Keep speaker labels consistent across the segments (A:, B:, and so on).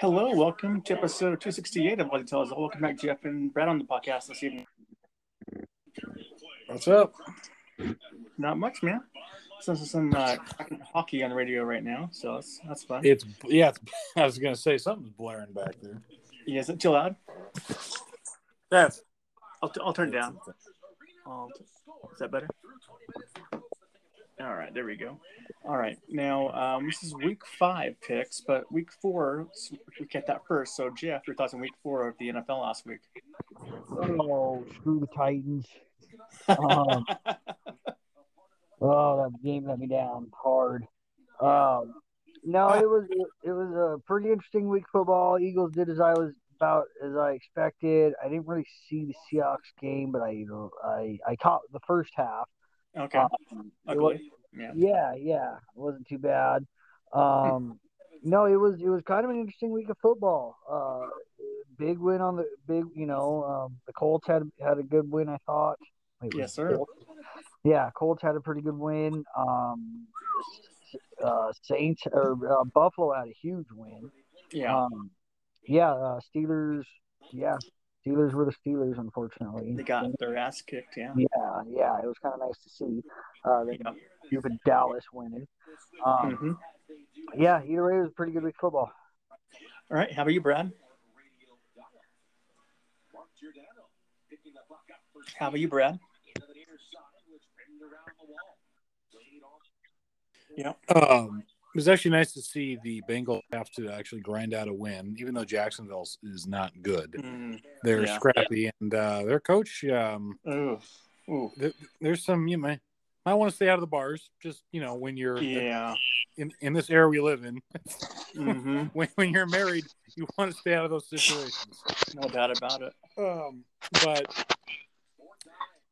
A: Hello, welcome to episode 268 of What It Tells. Welcome back, Jeff and Brad, on the podcast this evening.
B: What's up?
A: Not much, man. Some some uh, hockey on the radio right now, so that's that's fun.
B: It's yeah. It's, I was gonna say something's blaring back there.
A: Yeah, is it too loud?
B: That's
A: I'll, I'll turn it down. I'll- is that better? All right, there we go. All right, now um, this is week five picks, but week four s- we get that first. So Jeff, your thoughts on week four of the NFL last week?
C: Oh, screw the Titans. Um, oh, that game let me down hard. Um, no, it was it was a pretty interesting week of football. Eagles did as I was about as I expected. I didn't really see the Seahawks game, but I you know I I caught the first half.
A: Okay,
C: Um, it wa-
A: ugly. Yeah.
C: yeah, yeah, it wasn't too bad. Um, no, it was it was kind of an interesting week of football. Uh, big win on the big, you know, um, the Colts had had a good win, I thought. Wait, was
A: Yes,
C: it
A: sir.
C: Colts? Yeah, Colts had a pretty good win. Um, uh, Saints or uh, Buffalo had a huge win.
A: Yeah,
C: Um, yeah, uh, Steelers. Yeah, Steelers were the Steelers, unfortunately.
A: they got their ass kicked. Yeah.
C: Yeah, yeah, it was kind of nice to see. Uh, the
A: Yeah.
C: stupid Dallas winning. Um,
A: Mhm.
C: yeah, either way, it was a pretty good week of football.
A: All right, how about you, Brad? How about you, Brad? Yeah.
B: um. It was actually nice to see the Bengals have to actually grind out a win, even though Jacksonville is not good.
A: Mm,
B: They're
A: Yeah.
B: scrappy, and uh, their coach. Um,
A: ooh, ooh.
B: th- there's some you might might want to stay out of the bars. Just you know when you're
A: Yeah.
B: in, in this era we live in,
A: hmm
B: when, when you're married, you want to stay out of those situations.
A: No doubt about it.
B: Um, but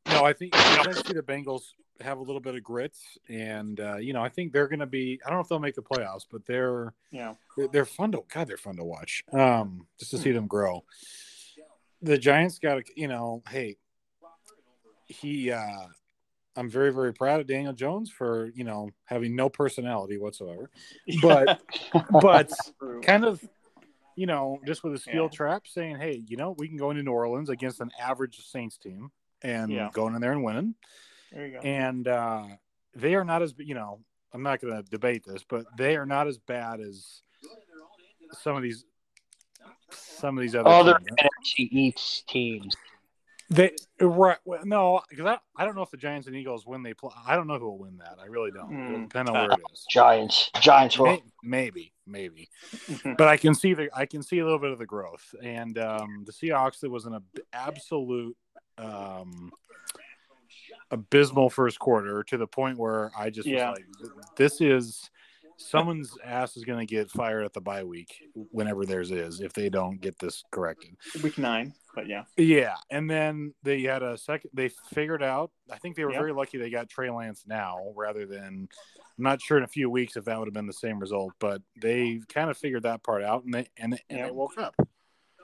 B: no, I think I think the Bengals have a little bit of grit, and uh, you know, I think they're going to be. I don't know if they'll make the playoffs, but they're
A: Yeah.
B: they're- they're fun to God, they're fun to watch. Um, just to see them grow. The Giants got to, you know, hey, he. uh I'm very very proud of Daniel Jones for you know having no personality whatsoever, But- but
A: True.
B: kind of, you know, just with a steel
A: Yeah.
B: trap saying, hey, you know, we can go into New Orleans against an average Saints team and
A: Yeah.
B: going in there and winning.
A: there you go.
B: And uh, they are not as, you know, I'm not going to debate this, but they are not as bad as some of these, some of these other.
D: Other
B: teams.
D: NFC East teams.
B: They right? Well, no, because I, I don't know if the Giants and Eagles win. They play. I don't know who will win that. I really don't. It'll
A: Mm.
B: depend on where it is.
D: Giants. Giants will.
B: May- Maybe, maybe.
A: Mhm.
B: but I can see the I can see a little bit of the growth, and um, the Seahawks it was an ab- absolute um, abysmal first quarter to the point where I just
A: Yeah.
B: was like, this is someone's ass is going to get fired at the bye week whenever theirs is if they don't get this corrected.
A: Week nine, but yeah.
B: Yeah, and then they had a second. They figured out. I think they were
A: Yeah.
B: very lucky they got Trey Lance now rather than. I'm not sure in a few weeks if that would have been the same result, but they kind of figured that part out and they and, they- and
A: Yeah.
B: they woke up.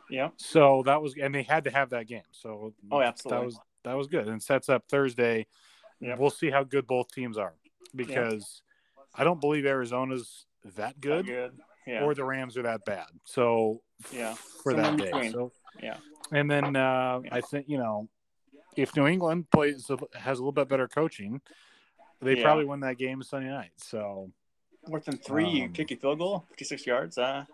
A: Yeah.
B: So that was and they had to have that game. So
A: Oh, absolutely.
B: that was that was good and it sets up Thursday.
A: Yep.
B: We'll see how good both teams are because I don't believe Arizona's that good,
A: Good. Yeah.
B: or the Rams are that bad. So
A: Yeah.
B: for
A: Somewhere in
B: that day.
A: between.
B: So
A: Yeah.
B: and then uh, I think you know if New England plays has a little bit better coaching, they
A: Yeah.
B: probably win that game Sunday night. So
A: Fourth and three, you
B: Um,
A: kick a field goal, 56 yards. Uh,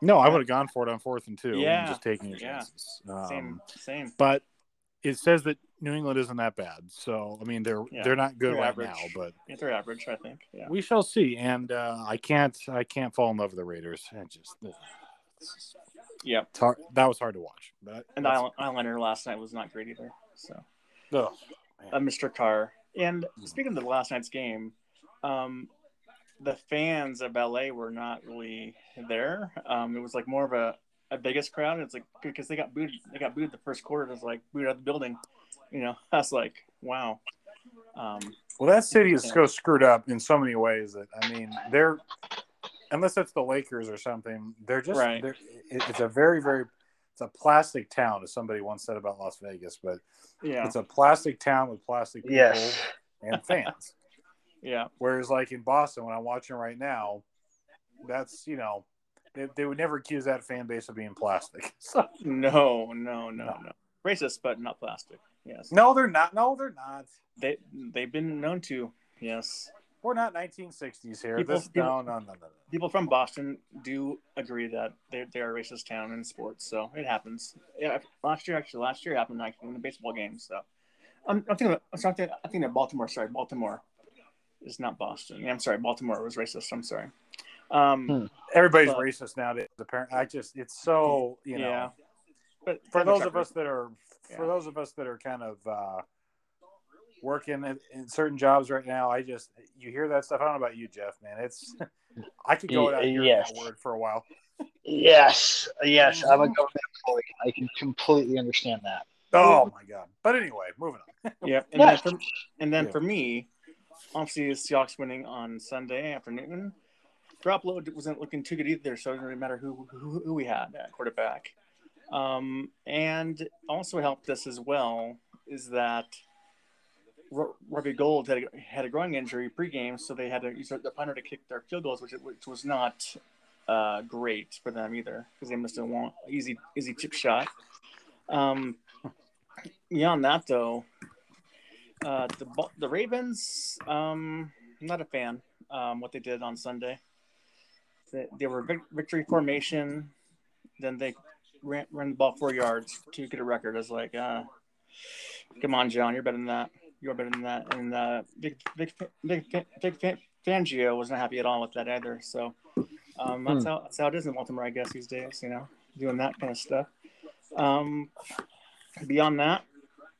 B: no, I would have gone for it on fourth and two.
A: Yeah.
B: and just taking your
A: Yeah.
B: chances. Um,
A: same, same.
B: but it says that New England isn't that bad. So I mean they're
A: Yeah.
B: they're not good
A: They're
B: right
A: average.
B: now, but
A: Yeah, they're average, I think. Yeah.
B: we shall see. And uh, I can't I can't fall in love with the Raiders. I just uh,
A: Yep.
B: it's hard, that was hard to watch. But
A: And the Island- Islander last night was not great either. So.
B: Ugh.
A: uh, Mr. Carr. And speaking of the last night's game, um, the fans of LA were not really there. Um, it was like more of a, a Vegas crowd. It's like because they got booed. They got booed the first quarter. It was like booed out of the building. You know, I was like, wow. Um,
B: Well, that city
A: is
B: is
A: so
B: so screwed up in so many ways that I mean, they're unless it's the Lakers or something, they're just
A: Right.
B: they're, it, it's a very very it's a plastic town, as somebody once said about Las Vegas, but
A: yeah,
B: it's a plastic town with plastic people
D: Yes.
B: and fans.
A: yeah,
B: Whereas, like in Boston, when I'm watching right now, that's you know They, they would never accuse that fan base of being plastic. So,
A: No, no, no, no. Racist, but not plastic. Yes.
B: no, they're not. No, they're not.
A: They they've been known to. Yes.
B: We're not 1960s here.
A: People-
B: this no, no, no, no, no.
A: People from Boston do agree that they're, they're a racist town in sports, so it happens. Yeah, last year actually, last year happened actually in the baseball game. So I'm, I'm thinking, I'm sorry, I'm thinking of Baltimore. Sorry, Baltimore is not Boston. Yeah, I'm sorry, Baltimore was racist. I'm sorry. Um,
D: Hmm.
B: Everybody's
A: But-
B: racist nowadays. Apparently, I just it's so you know.
A: Yeah. But
B: for those of us that are for
A: Yeah.
B: those of us that are kind of uh, working in, in certain jobs right now, I just you hear that stuff. I don't know about you, Jeff, man. It's I could go
D: Y-
B: without hearing
D: yes.
B: that word for a while.
D: Yes, yes, I'm a
A: Mm-hmm.
D: government employee. I can completely understand that.
B: Oh my god! But anyway, moving on.
A: Yep. And
D: Yes.
A: then, for, and then
B: Yeah.
A: for me, obviously the Seahawks winning on Sunday afternoon. Drop load wasn't looking too good either, so it didn't really matter who who, who we had at quarterback. Um, and also helped us as well is that Ro- Robbie Gold had a, had a growing injury pregame, so they had to use the punter to kick their field goals, which which was not uh, great for them either because they missed a long, easy easy chip shot. Um, beyond that, though, uh, the Bu- the Ravens, um, I'm not a fan. Um, what they did on Sunday, they, they were vic- victory formation, then they ran, ran the ball four yards to get a record. I was like, uh, come on, John, you're better than that. You're better than that. And uh, big big big big, big, big Fangio wasn't happy at all with that either. So um, that's how that's how it is in Baltimore, I guess, these days. You know, doing that kind of stuff. Um, beyond that,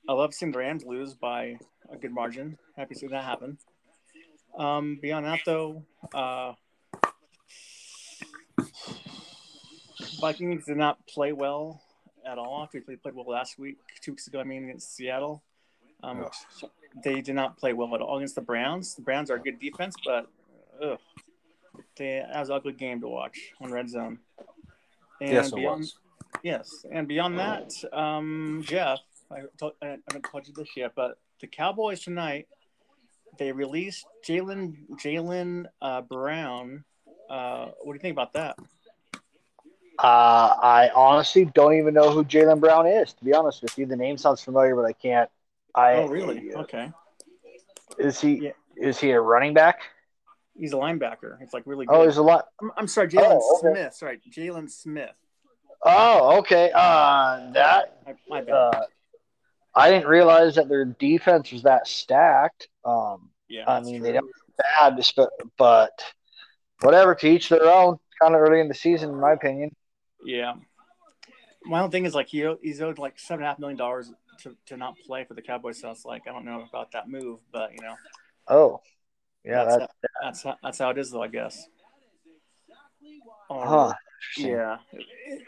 A: I love seeing the Rams lose by a good margin. Happy to see that happen. Um, beyond that, though, uh, Vikings did not play well at all. They played played well last week, two weeks ago. I mean, against Seattle, um,
B: Ugh.
A: they did not play well at all against the Browns. The Browns are a good defense, but ugh, they, that was an ugly game to watch on red zone. And
B: yes, it
A: beyond-
B: was.
A: Yes, and beyond that, um, Jeff, I, told, I haven't told you this yet, but the Cowboys tonight they released Jalen Jalen uh, Brown. Uh, what do you think about that?
D: Uh, I honestly don't even know who Jalen Brown is. To be honest with you, the name sounds familiar, but I can't. I
A: Oh, really? Okay,
D: Is he
A: Yeah.
D: is he a running back?
A: he's a linebacker. It's like really good.
D: Oh, there's a lot.
A: I'm, I'm sorry, Jalen
D: Oh, okay.
A: Smith. Sorry, Jalen Smith.
D: Oh, okay. Uh, that
A: My, my bad.
D: uh, I didn't realize that their defense was that stacked. Um,
A: yeah,
D: I
A: that's
D: mean,
A: true.
D: they don't bad, just- but, but whatever. To each their own. Kind of early in the season, in my opinion.
A: Yeah. My own thing is like he he's owed like seven and a half million dollars to, to not play for the Cowboys. So it's like I don't know about that move, but you know
D: Oh, yeah.
A: that's
D: That,
A: that's how, that's how it is though, I guess. Um,
D: huh. Interesting.
A: Yeah,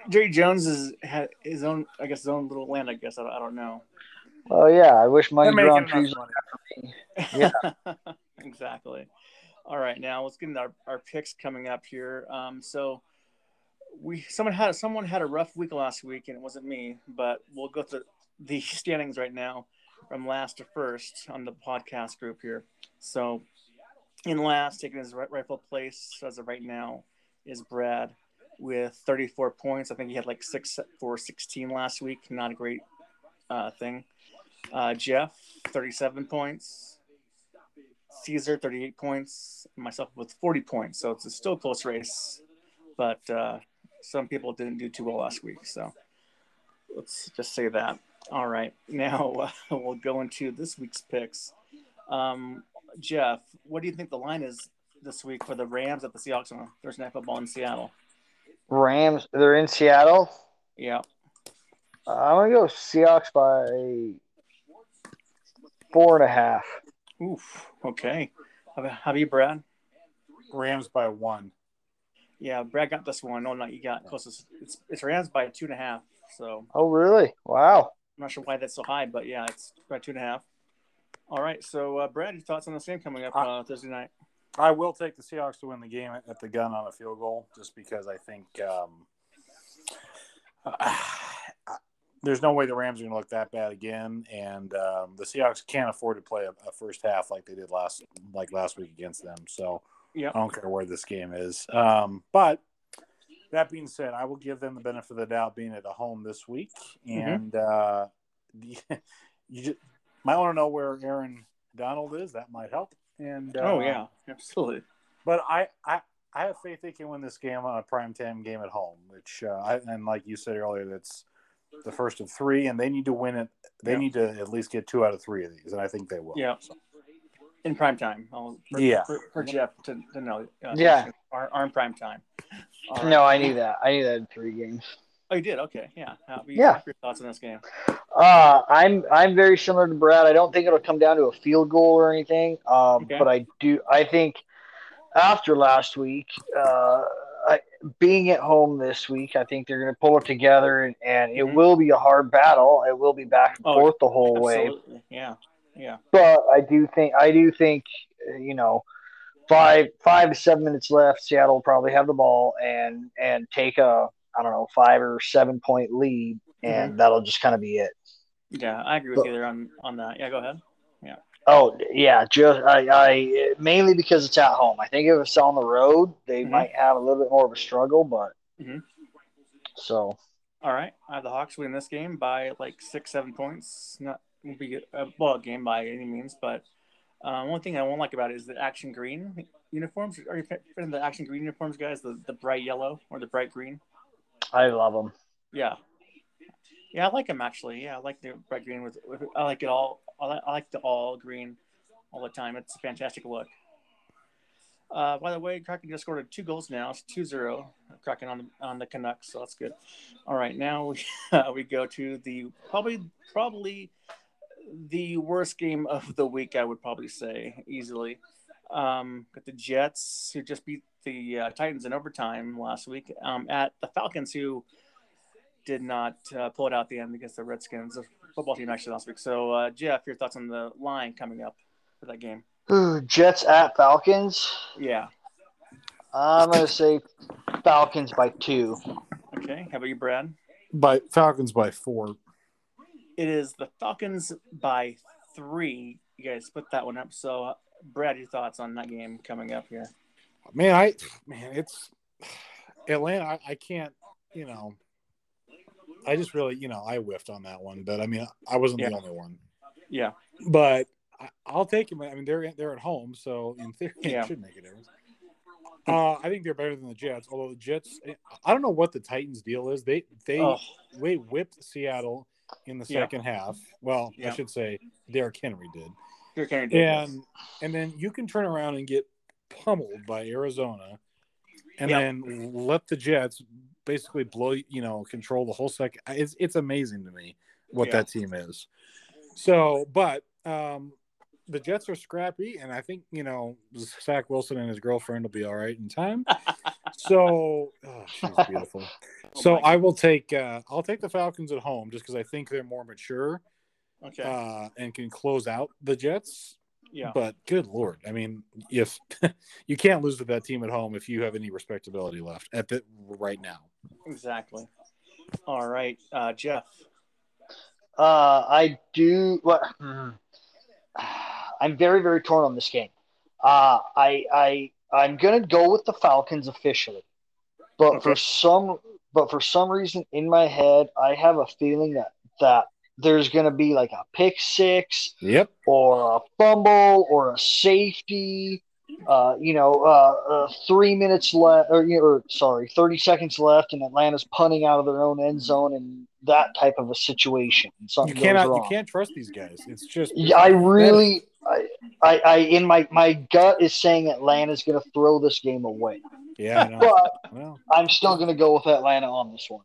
A: Jerry Jones is had his own, I guess, his own little land. I guess I, don't- I don't know.
D: Well, Oh, yeah. I wish
B: They're
D: money grew
B: making
D: on
B: enough money.
D: trees.
A: Yeah, exactly. All right, now let's get into our, our picks coming up here. Um, so we someone had someone had a rough week last week, and it wasn't me, but we'll go through the standings right now from last to first on the podcast group here. So in last, taking his right, rightful place as of right now is Brad with 34 points. I think he had like six for 16 last week. Not a great uh, thing. Uh, Jeff, 37 points. Caesar, 38 points. And myself with 40 points. So it's a still close race, but uh, some people didn't do too well last week. So let's just say that. All right. Now uh, we'll go into this week's picks. Um, Jeff, what do you think the line is this week for the Rams at the Seahawks on Thursday Night Football in Seattle?
D: Rams. They're in Seattle.
A: Yeah.
D: Uh, I'm gonna go Seahawks by four and a half.
A: Oof. Okay. How about- how about you, Brad?
B: Rams by one.
A: Yeah, Brad got this one. Oh no, you got closest. It's it's Rams by two and a half. So
D: Oh, really? Wow.
A: I'm not sure why that's so high, but yeah, it's by two and a half. All right. So uh, Brad, your thoughts on this game coming up uh, Thursday night?
B: I will take the Seahawks to win the game at the gun on a field goal, just because I think um, there's no way the Rams are going to look that bad again, and um, the Seahawks can't afford to play a, a first half like they did last like last week against them. So
A: Yep.
B: I don't care where this game is, um, but that being said, I will give them the benefit of the doubt being at a home this week,
A: Mm-hmm.
B: and uh, you just might want to know where Aaron Donald is. That might help. And uh,
A: oh yeah, absolutely.
B: but I, I I have faith they can win this game on a prime time game at home, which uh, I, and like you said earlier, that's the first of three, and they need to win it. They
A: Yeah.
B: need to at least get two out of three of these, and I think they will.
A: Yeah. In prime time, I'll, for,
B: Yeah.
A: for, for Jeff to, to know. Uh,
C: Yeah.
A: are, are in prime time. All right.
C: No, I knew that. I knew that in three games.
A: Oh, you did. Okay, yeah. Uh, we-
C: Yeah.
A: Your thoughts on this game?
C: Uh, I'm I'm very similar to Brad. I don't think it'll come down to a field goal or anything. Um,
A: Okay.
C: But I do. I think after last week, uh, I, being at home this week, I think they're going to pull it together, and, and it
A: Mhm.
C: will be a hard battle. It will be back and
A: Oh,
C: forth the whole way.
A: Absolutely. Yeah. Yeah.
C: But I do think I do think uh, you know five five to seven minutes left. Seattle will probably have the ball and and take a I don't know five or seven point lead, and
A: Mm-hmm.
C: that'll just kind of be it.
A: Yeah. I agree with you there on on that. Yeah. Go ahead.
C: Oh yeah, just I, I mainly because it's at home. I think if it's on the road, they
A: Mhm.
C: might have a little bit more of a struggle, but
A: Mhm.
C: so
A: All right. I have the Hawks win this game by like six, seven points. Not won't be uh, a ball game by any means, but um, one thing I won't like about it is the action green uniforms. Are you fa- fan of the action green uniforms, guys? The the bright yellow or the bright green?
C: I love them.
A: Yeah. Yeah, I like them actually. Yeah, I like the bright green with. with I like it all. I like, I like the all green all the time. It's a fantastic look. Uh, by the way, Kraken just scored two goals now. It's 2-0. Kraken on the, on the Canucks, so that's good. All right, now we, we go to the probably probably the worst game of the week. I would probably say easily. Um, got the Jets who just beat the uh, Titans in overtime last week. Um, at the Falcons who did not uh, pull it out at the end against the Redskins, the football team actually last week. So, uh, Jeff, your thoughts on the line coming up for that game?
C: Ooh, Jets at Falcons.
A: Yeah.
C: I'm gonna say Falcons by two.
A: Okay. How about you, Brad?
B: by Falcons by four.
A: It is the Falcons by three. You guys put that one up. So, uh, Brad, your thoughts on that game coming up here?
B: Man, I man, it's Atlanta. I, I can't, you know. I just really, you know, I whiffed on that one, but I mean, I wasn't
A: Yeah.
B: the only one.
A: Yeah.
B: But I, I'll take them. I mean, they're they're at home, so in theory,
A: Yeah.
B: it should make a difference. Uh, I think they're better than the Jets. Although the Jets, eh, I don't know what the Titans' deal is. They they
A: Oh,
B: they whipped Seattle in the
A: Yeah.
B: second half. Well,
A: Yeah.
B: I should say Derrick Henry did.
A: you're kind of
B: and and then you can turn around and get pummeled by Arizona, and
A: Yeah.
B: then let the Jets basically blow you know control the whole second. It's it's amazing to me what
A: Yeah.
B: that team is. So, but um, the Jets are scrappy, and I think you know Zach Wilson and his girlfriend will be all right in time. so oh, she's beautiful. so
A: Oh my
B: I will take uh, I'll take the Falcons at home just because I think they're more mature
A: Okay.
B: uh, and can close out the Jets.
A: yeah.
B: But good lord, I mean, if you can't lose to that team at home if you have any respectability left at the right now.
A: Exactly. All right, uh, Jeff.
C: Uh, I do. What? I'm very very torn on this game. Uh, I I I'm gonna go with the Falcons officially, but for
A: Okay.
C: some but for some reason in my head I have a feeling that that there's gonna be like a pick six
B: Yep.
C: or a fumble or a safety. Uh, you know, uh, uh, three minutes left, or, you know, or sorry, thirty seconds left, and Atlanta's punting out of their own end zone, and that type of a situation. and
B: You
C: Something
B: cannot
C: goes wrong.
B: you can't trust these guys. It's just
C: Yeah, I really, I, I, I, in my my gut is saying Atlanta's going to throw this game away,
B: Yeah, I know.
C: but
B: Well,
C: I'm still going to go with Atlanta on this one.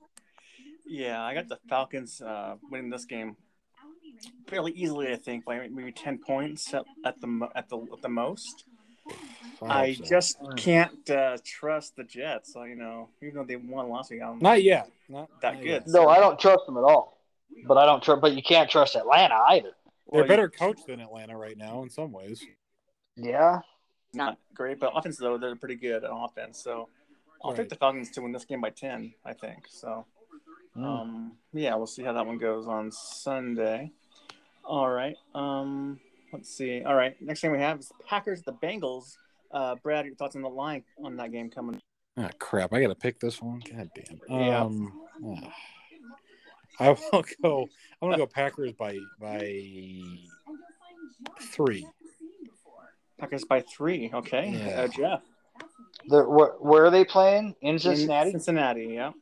A: Yeah, I got the Falcons uh, winning this game fairly easily. I think by maybe ten points at, at the mo- at the at the most.
B: hope
A: I
B: so.
A: just
C: Mm.
A: can't uh, trust the Jets. So, you know, even though they won last week, I don't,
B: not yet. Not
A: That
B: not
A: good.
B: yet.
C: No, I don't trust them at all. But I don't trust. But you can't trust Atlanta either.
B: They're
A: well,
B: better coached than Atlanta right now in some ways.
C: Yeah.
A: it's Not great, but offense though they're pretty good on offense. So I'll
B: Right.
A: take the Falcons to win this game by ten. I think so.
B: Mm.
A: Um, yeah, we'll see how that one goes on Sunday. All right. Um, let's see. All right. Next thing we have is Packers the Bengals. Uh, Brad, your thoughts on the line on that game coming?
B: Ah, crap. I got to pick this one. God damn.
A: Yeah.
B: Um, ah. I will go. I'm going to go Packers by by three.
A: Packers by three. Okay.
B: Yeah.
A: Uh, Jeff.
C: They're, where, where are they playing? In
A: in
C: Cincinnati?
A: Cincinnati. Yeah.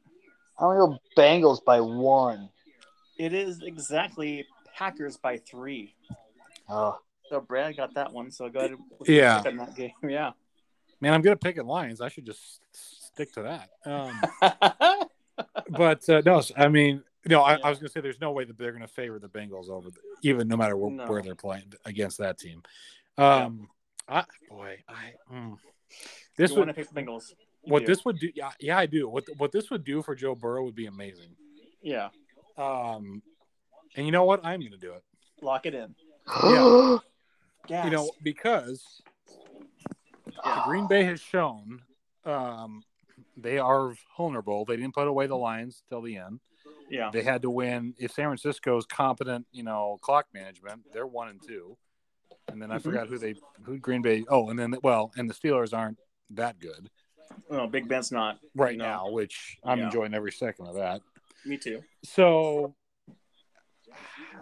C: I'm going to go Bengals by one.
A: It is exactly Packers by three.
C: Oh,
A: So Brad got that one. So go ahead. and-
B: Yeah.
A: in that game. Yeah.
B: Man, I'm good at picking lines. I should just stick to that. Um, but uh, no, I mean, no, I, I was going to say there's no way that they're going to favor the Bengals over, the, even no matter where,
A: No.
B: where they're playing against that team. Um, I, boy, I, mm. this
A: you
B: would
A: want to pick the Bengals? You
B: what
A: do.
B: this would do. Yeah, yeah, I do. What what this would do for Joe Burrow would be amazing.
A: Yeah.
B: Um, and you know what? I'm going to do it.
A: Lock it in.
B: Yeah.
A: Yeah.
B: You know because the Green Bay has shown um, they are vulnerable. They didn't put away the Lions till the end.
A: Yeah.
B: They had to win. If San Francisco's competent, you know, clock management, they're one and two. And then I
A: Mhm.
B: forgot who they who Green Bay. Oh, and then well, and the Steelers aren't that good
A: Oh, Big Ben's not.
B: right
A: No.
B: now, which I'm
A: Yeah.
B: enjoying every second of that.
A: Me too.
B: So,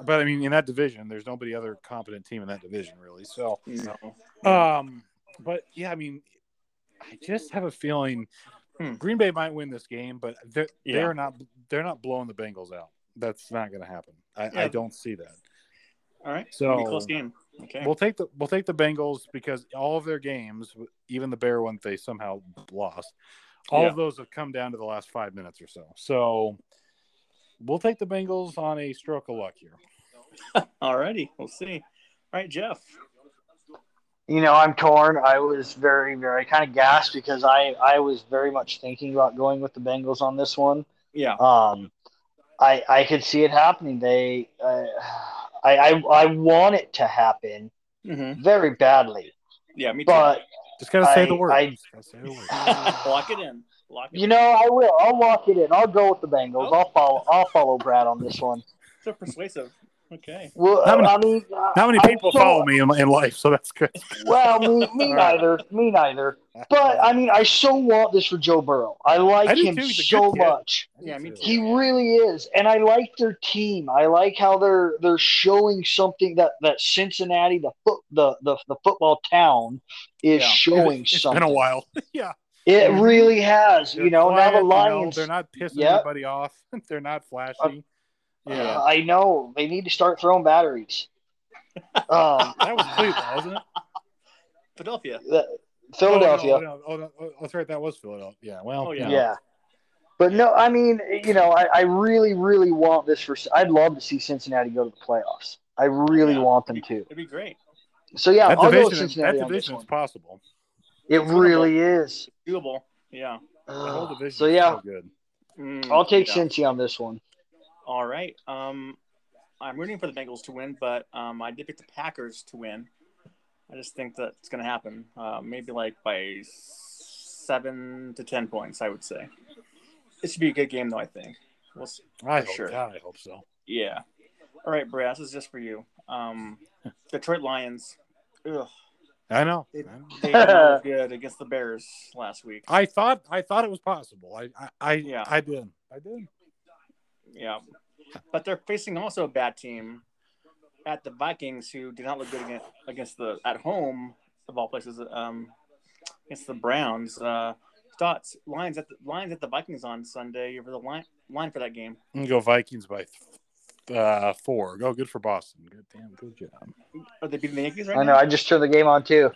B: but I mean, in that division, there's nobody other competent team in that division really. So,
A: No.
B: um, but yeah, I mean, I just have a feeling
A: Hmm.
B: Green Bay might win this game, but they're
A: Yeah.
B: they're not they're not blowing the Bengals out. That's not going to happen. I, I
A: Yeah.
B: don't see that.
A: All right.
B: So-
A: It'll be a close game. Okay.
B: We'll take the we'll take the Bengals because all of their games, even the Bear one, they somehow lost. All of those have come down to the last five minutes or so. So we'll take the Bengals on a stroke of luck here.
A: All righty. We'll see. All right, Jeff.
C: You know, I'm torn. I was very, very kind of gassed because I, I was very much thinking about going with the Bengals on this one.
A: Yeah.
C: Um, I I could see it happening. They, uh, I, I I want it to happen
A: Mm-hmm.
C: very badly,
A: Yeah. Me too.
C: but
B: Just gotta say
C: I-
B: the word.
C: I-
B: Just gotta say the word.
A: Lock it in. Lock it
C: you
A: in.
C: know I will. I'll lock it in. I'll go with the Bengals.
A: Oh.
C: I'll follow. I'll follow Brad on this one.
A: So persuasive. Okay.
C: Well,
B: How many-
C: I mean, uh,
B: How many
C: I'm
B: people
C: so-
B: follow me in, in life? So that's good.
C: Well, me, me
B: All right.
C: neither. Me neither. But I mean, I so want this for Joe Burrow. I like
B: I do
C: him
B: too. He's a
C: so
B: good kid.
C: much.
A: Yeah, me too.
C: He really is, and I like their team. I like how they're they're showing something that that Cincinnati, the foot, the the, the football town, is
A: Yeah.
C: showing
B: It's
C: something.
B: been a while. yeah.
C: It
A: Mhm.
C: really has,
B: They're
C: you know. now
B: quiet,
C: the
B: you know,
C: Lions.
B: they're not pissing
C: Yep.
B: anybody off. they're not flashy. yeah.
C: uh, I know they need to start throwing batteries. um,
B: That was Cleveland, wasn't it?
A: Philadelphia.
C: the- Philadelphia.
B: Oh, no, oh, no, oh, no, oh, that's right. That was Philadelphia. Yeah. Well,
A: Oh,
B: you
A: yeah.
B: know.
C: Yeah. But no, I mean, you know, I, I really, really want this for. I'd love to see Cincinnati go to the playoffs. I really
A: Yeah.
C: want them to.
A: It'd be great.
C: So yeah,
B: That
C: I'll go with
B: division,
C: Cincinnati
B: that
C: on this
B: division
C: one.
B: is possible.
C: It
A: It's winnable.
C: really is.
A: Doable. Yeah.
B: The whole
C: Ugh.
B: division
C: So
B: is
C: yeah,
B: so good.
A: Mm,
C: I'll take
A: yeah.
C: Cincy on this one.
A: All right. Um, I'm rooting for the Bengals to win, but um, I did pick the Packers to win. I just think that it's going to happen. Uh, maybe like by seven to ten points, I would say. It should be a good game, though. I think. We'll see.
B: I
A: For
B: hope,
A: sure.
B: God, I hope so.
A: Yeah. All right, Brad. This is just for you. Um, Detroit Lions. Ugh,
B: I know.
A: It- they
B: I, know.
A: did not look good against the Bears last week.
B: I thought I thought it was possible. I I I,
A: Yeah.
B: I did. I did.
A: Yeah. But they're facing also a bad team at the Vikings, who did not look good against, against the at home of all places. Um, against the Browns. Uh, thoughts lines at the lines at the Vikings on Sunday over the line line for that game.
B: I'm gonna go Vikings by th- uh, four. Go good for Boston. Good damn good job.
A: Are they beating the Yankees right
C: I know.
A: now?
C: I just turned the game on too.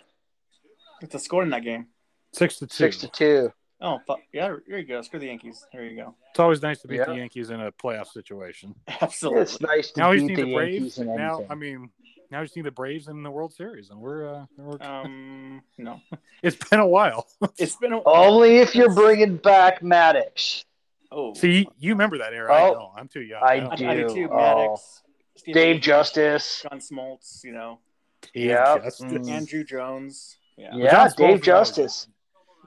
A: It's a score in that game.
B: Six to two.
C: Six to two.
A: Oh, fuck. yeah. There you go. Screw the Yankees. There you go.
B: It's always nice to beat the
C: Yeah.
B: Yankees in a playoff situation.
A: Absolutely.
C: It's nice to
B: Now we just
C: beat
B: need
C: the
B: the
C: Yankees
B: Braves.
C: in anything.
B: Now I mean, now we just need the Braves in the World Series, and we're uh, we're
A: Um, no.
B: it's been a while.
A: It's been a
C: Only if you're bringing back Maddox,
A: oh.
B: See, you remember that era? I
C: Oh,
B: don't. I'm too young.
C: I
A: I,
B: don't-
A: I do too.
C: Oh.
A: Maddox, Steve
C: Dave
A: Aoki,
C: Justice.
A: John Smoltz, you know,
C: Yeah.
B: Justice.
C: Mm.
A: Andrew Jones. Yeah.
C: Yeah,
B: John Smoltz
C: Dave
B: is always
C: Justice.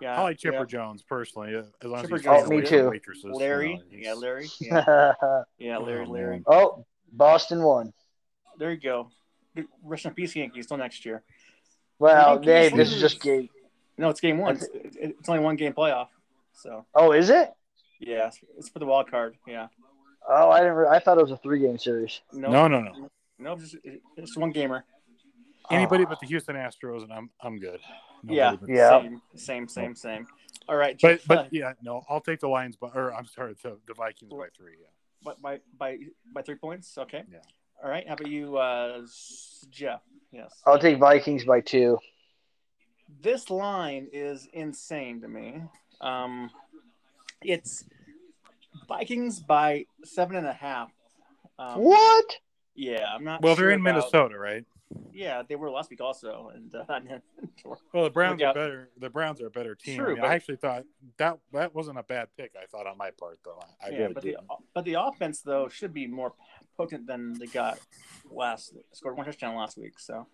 A: Yeah.
B: I like Chipper
A: yeah.
B: Jones personally, uh, as long
A: Chipper
B: as he's
A: Jones.
B: away
A: Oh, me
B: from
C: too.
B: waitresses, you
A: Larry.
B: know, he's-
A: Yeah, Larry. Yeah, yeah Larry,
B: Oh,
A: Larry.
B: man.
C: oh, Boston won.
A: There you go. Good- Rest in peace, Yankees. Till next year.
C: Well,
A: Yankees
C: hey, this is just
A: lose.
C: game.
A: No, it's game one.
C: That's-
A: It's, it's only one game playoff. So
C: Oh, is it?
A: yeah, it's for the wild card. Yeah.
C: Oh, I didn't. Re- I thought it was a three-game series.
B: No, no, no.
A: no, just just one gamer. Oh.
B: Anybody
C: Ah.
B: but the Houston Astros, and I'm I'm good.
A: Yeah.
B: but-
C: Yeah.
A: Same, same, same, same. All right,
B: Oh. But
A: Jeff,
B: but yeah, no, I'll take the Lions, by, or I'm sorry, the, the Vikings by three. Yeah.
A: by, uh, by by by three points. Okay.
B: Yeah.
A: All right. How about you, uh, s- Jeff? Yes.
C: I'll take Vikings by two.
A: this line is insane to me. Um, it's Vikings by seven and a half. Um,
C: What?
A: Yeah, I'm not.
B: Well, they're
A: sure
B: in
A: about-
B: Minnesota, right?
A: Yeah, they were last week also, and uh,
B: Well, the Browns
A: Look
B: are
A: out.
B: better. The Browns are a better team.
A: True,
B: I, mean,
A: but-
B: I actually thought that that wasn't a bad pick. I thought on my part though. I
A: yeah,
B: really
A: but the
B: did.
A: but the offense though should be more potent than they got last. Scored one touchdown last week, so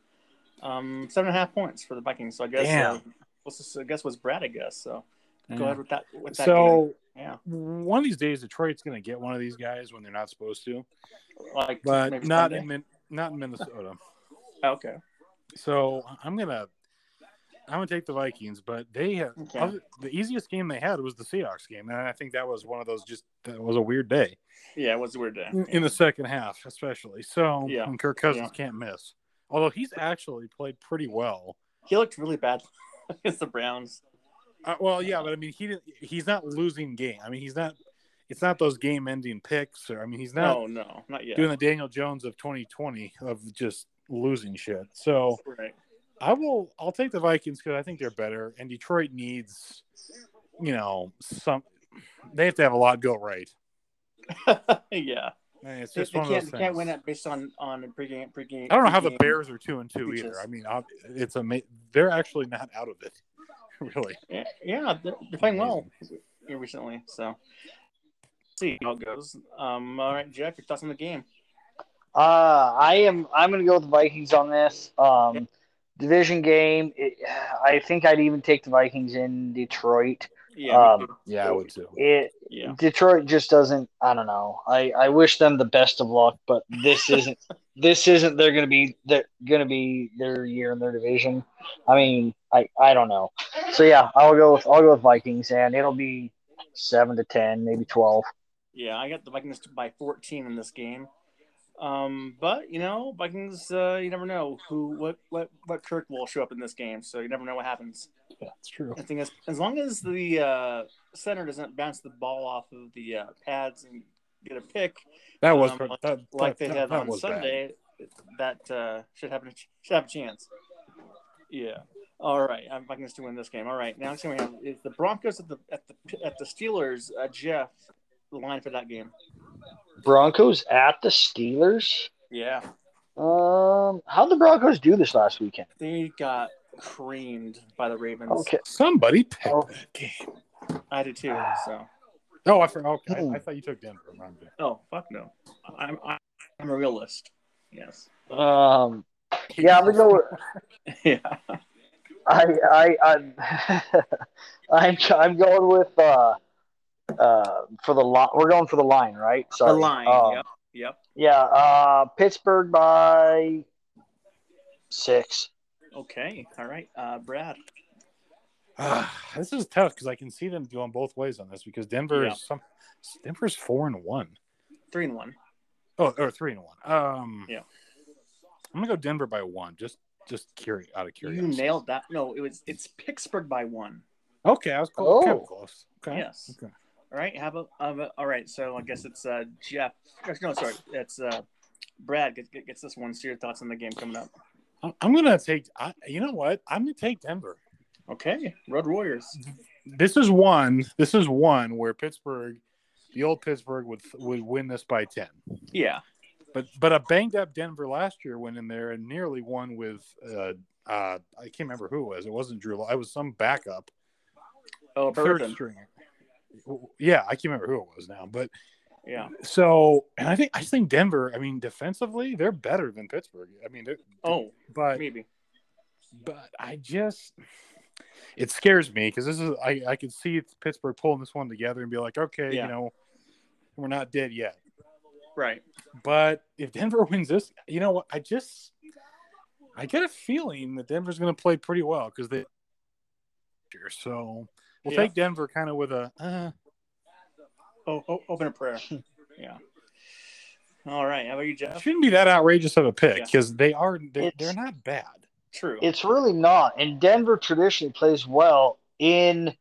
A: um, seven and a half points for the Vikings. So I guess
B: Damn.
A: uh, what's this- I guess was Brad. I guess so. Go ahead with that. With that game.
B: So
A: yeah,
B: one of these days, Detroit's going to get one of these guys when they're not supposed to,
A: like
B: but
A: maybe
B: not
A: Sunday? Oh,
B: in Min- not in Minnesota.
A: okay.
B: So I'm gonna I'm gonna take the Vikings, but they have
A: Okay.
B: other- the easiest game they had was the Seahawks game, and I think that was one of those just that was a weird day
A: Yeah, it was a weird day.
B: in- in the second half, especially. So
A: Yeah.
B: and Kirk Cousins
A: Yeah.
B: can't miss, although he's actually played pretty well.
A: He looked really bad against the Browns.
B: Uh, well, yeah, but I mean he didn't. He's not losing game. I mean he's not. It's not those game-ending picks, or I mean he's not
A: No, Oh, no, not yet.
B: doing the Daniel Jones of 2020 of just losing shit. So
A: Right.
B: I will. I'll take the Vikings because I think they're better, and Detroit needs, you know, some. They have to have a lot go right.
A: yeah.
B: And it's
A: They,
B: just
A: they
B: one
A: can't,
B: of those
A: they
B: things.
A: can't win that based on on a pregame pregame.
B: I don't know how the
A: pregame.
B: Bears are two and two either. I mean, ob- it's ama- They're actually not out of it, really.
A: Yeah, Yeah, they're, they're playing well here recently. So see how it goes. Um. All right, Jeff, your thoughts on the game?
C: Uh, I am. I'm going to go with the Vikings on this um, division game. It, I think I'd even take the Vikings in Detroit.
A: Yeah.
C: Um,
A: me too.
B: Yeah,
A: I
B: would too.
C: It
A: yeah.
C: Detroit just doesn't. I don't know. I, I wish them the best of luck, but this isn't. this isn't. They're going to be. They're going to be their year in their division. I mean, I I don't know. So yeah, I'll go with I'll go with Vikings, and it'll be seven to ten, maybe twelve.
A: Yeah. I got the Vikings by 14 in this game. Um, but you know, Vikings. Uh, you never know who, what, what, what Kirk will show up in this game. So you never know what happens.
B: Yeah, it's true.
A: I think as, as long as the uh, center doesn't bounce the ball off of the uh, pads and get a pick
B: That was
A: Um,
B: that,
A: like-
B: that,
A: like they
B: that-
A: had
B: that
A: on
B: was bad.
A: Sunday, that uh, should have a ch- should have a chance. Yeah. All right, I'm Vikings to win this game. All right, now next thing we have is the Broncos at the at the at the Steelers. Uh, Jeff, the line for that game.
C: Broncos at the Steelers.
A: Yeah,
C: Um, how would the Broncos do this last weekend?
A: they got creamed by the Ravens.
C: Okay.
B: Somebody picked
C: Oh.
B: that game.
A: I did too. So.
B: Oh, I forgot. Okay,
C: Hmm.
B: I, I thought you took Denver. I'm good.
A: Oh fuck no. I'm I'm a realist. Yes.
C: Um, yeah, I'm gonna go. with-
A: yeah.
C: I, I, I'm, I'm, I'm going with uh, uh, for the line. We're going for the line, right? Sorry.
A: The line.
C: Um,
A: Yep. Yep.
C: Yeah. Uh, Pittsburgh by six.
A: Okay. All right. Uh, Brad.
B: Ah, this is tough because I can see them going both ways on this because Denver
A: Yeah.
B: is some Denver's four and one.
A: Three and one.
B: Oh, or three and one. Um,
A: Yeah.
B: I'm gonna go Denver by one. Just, just curious, out of
A: You
B: curiosity.
A: nailed that. No, it was it's Pittsburgh by one.
B: Okay, I was close.
C: Oh.
B: Kind of close. Okay.
A: Yes.
B: Okay.
A: All right. How about, how about- all right? So I guess it's uh, Jeff. No, sorry, it's uh, Brad gets, gets this one. So your thoughts on the game coming up?
B: I'm- I'm gonna take. I, you know what? I'm gonna take Denver.
A: Okay, Road Warriors.
B: This is one. This is one where Pittsburgh, the old Pittsburgh, would would win this by ten.
A: Yeah.
B: But but a banged up Denver last year went in there and nearly won with. Uh, uh, I can't remember who it was. It wasn't Drew. Lock. It was some backup.
A: Oh,
B: third
A: Burton.
B: stringer. Yeah, I can't remember who it was now, but
A: Yeah.
B: so and I think I just think Denver. I mean, defensively, they're better than Pittsburgh. I mean, they're-
A: Oh,
B: but
A: maybe.
B: but I just it scares me because this is I I could see Pittsburgh pulling this one together and be like, okay,
A: Yeah.
B: you know, we're not dead yet.
A: Right.
B: But if Denver wins this, you know what? I just I get a feeling that Denver's going to play pretty well because they. So We'll
A: Yeah.
B: take Denver kind of with a uh,
A: Oh, oh open a prayer. yeah. All right. How about you, Jeff?
B: shouldn't be that outrageous of a pick
A: Yeah.
B: because they are they're,
C: It's-
B: they're not bad.
A: True.
C: It's really not. And Denver traditionally plays well in,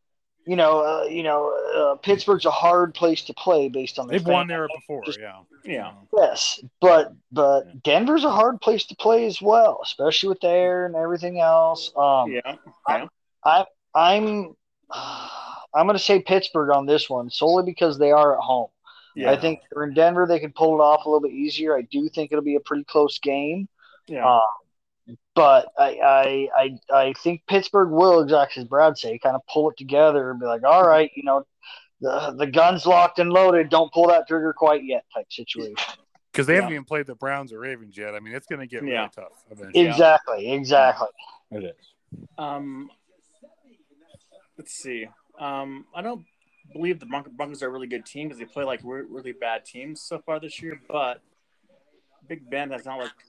C: you know, uh, you know, uh, Pittsburgh's a hard place to play based on their
B: They've won
C: fan-
B: there before, yeah.
A: yeah.
C: Yes, but but Denver's a hard place to play as well, especially with the air and everything else. Um,
A: Yeah.
C: I'm I'm going to say Pittsburgh on this one solely because they are at home.
A: Yeah.
C: I think if they're in Denver they can pull it off a little bit easier. I do think it'll be a pretty close game. um,
A: Yeah.
C: but I, I I I think Pittsburgh will exactly as Brad say, kind of pull it together and be like, all right, you know, the the gun's locked and loaded. Don't pull that trigger quite yet, type situation.
B: Because they haven't
A: Yeah.
B: even played the Browns or Ravens yet. I mean, it's going to get really
A: Yeah.
B: tough eventually.
A: Yeah.
C: Exactly, exactly.
B: It is.
A: Um, let's see. Um, I don't believe the Bron- Broncos are a really good team because they play like re- really bad teams so far this year. But Big Ben has not looked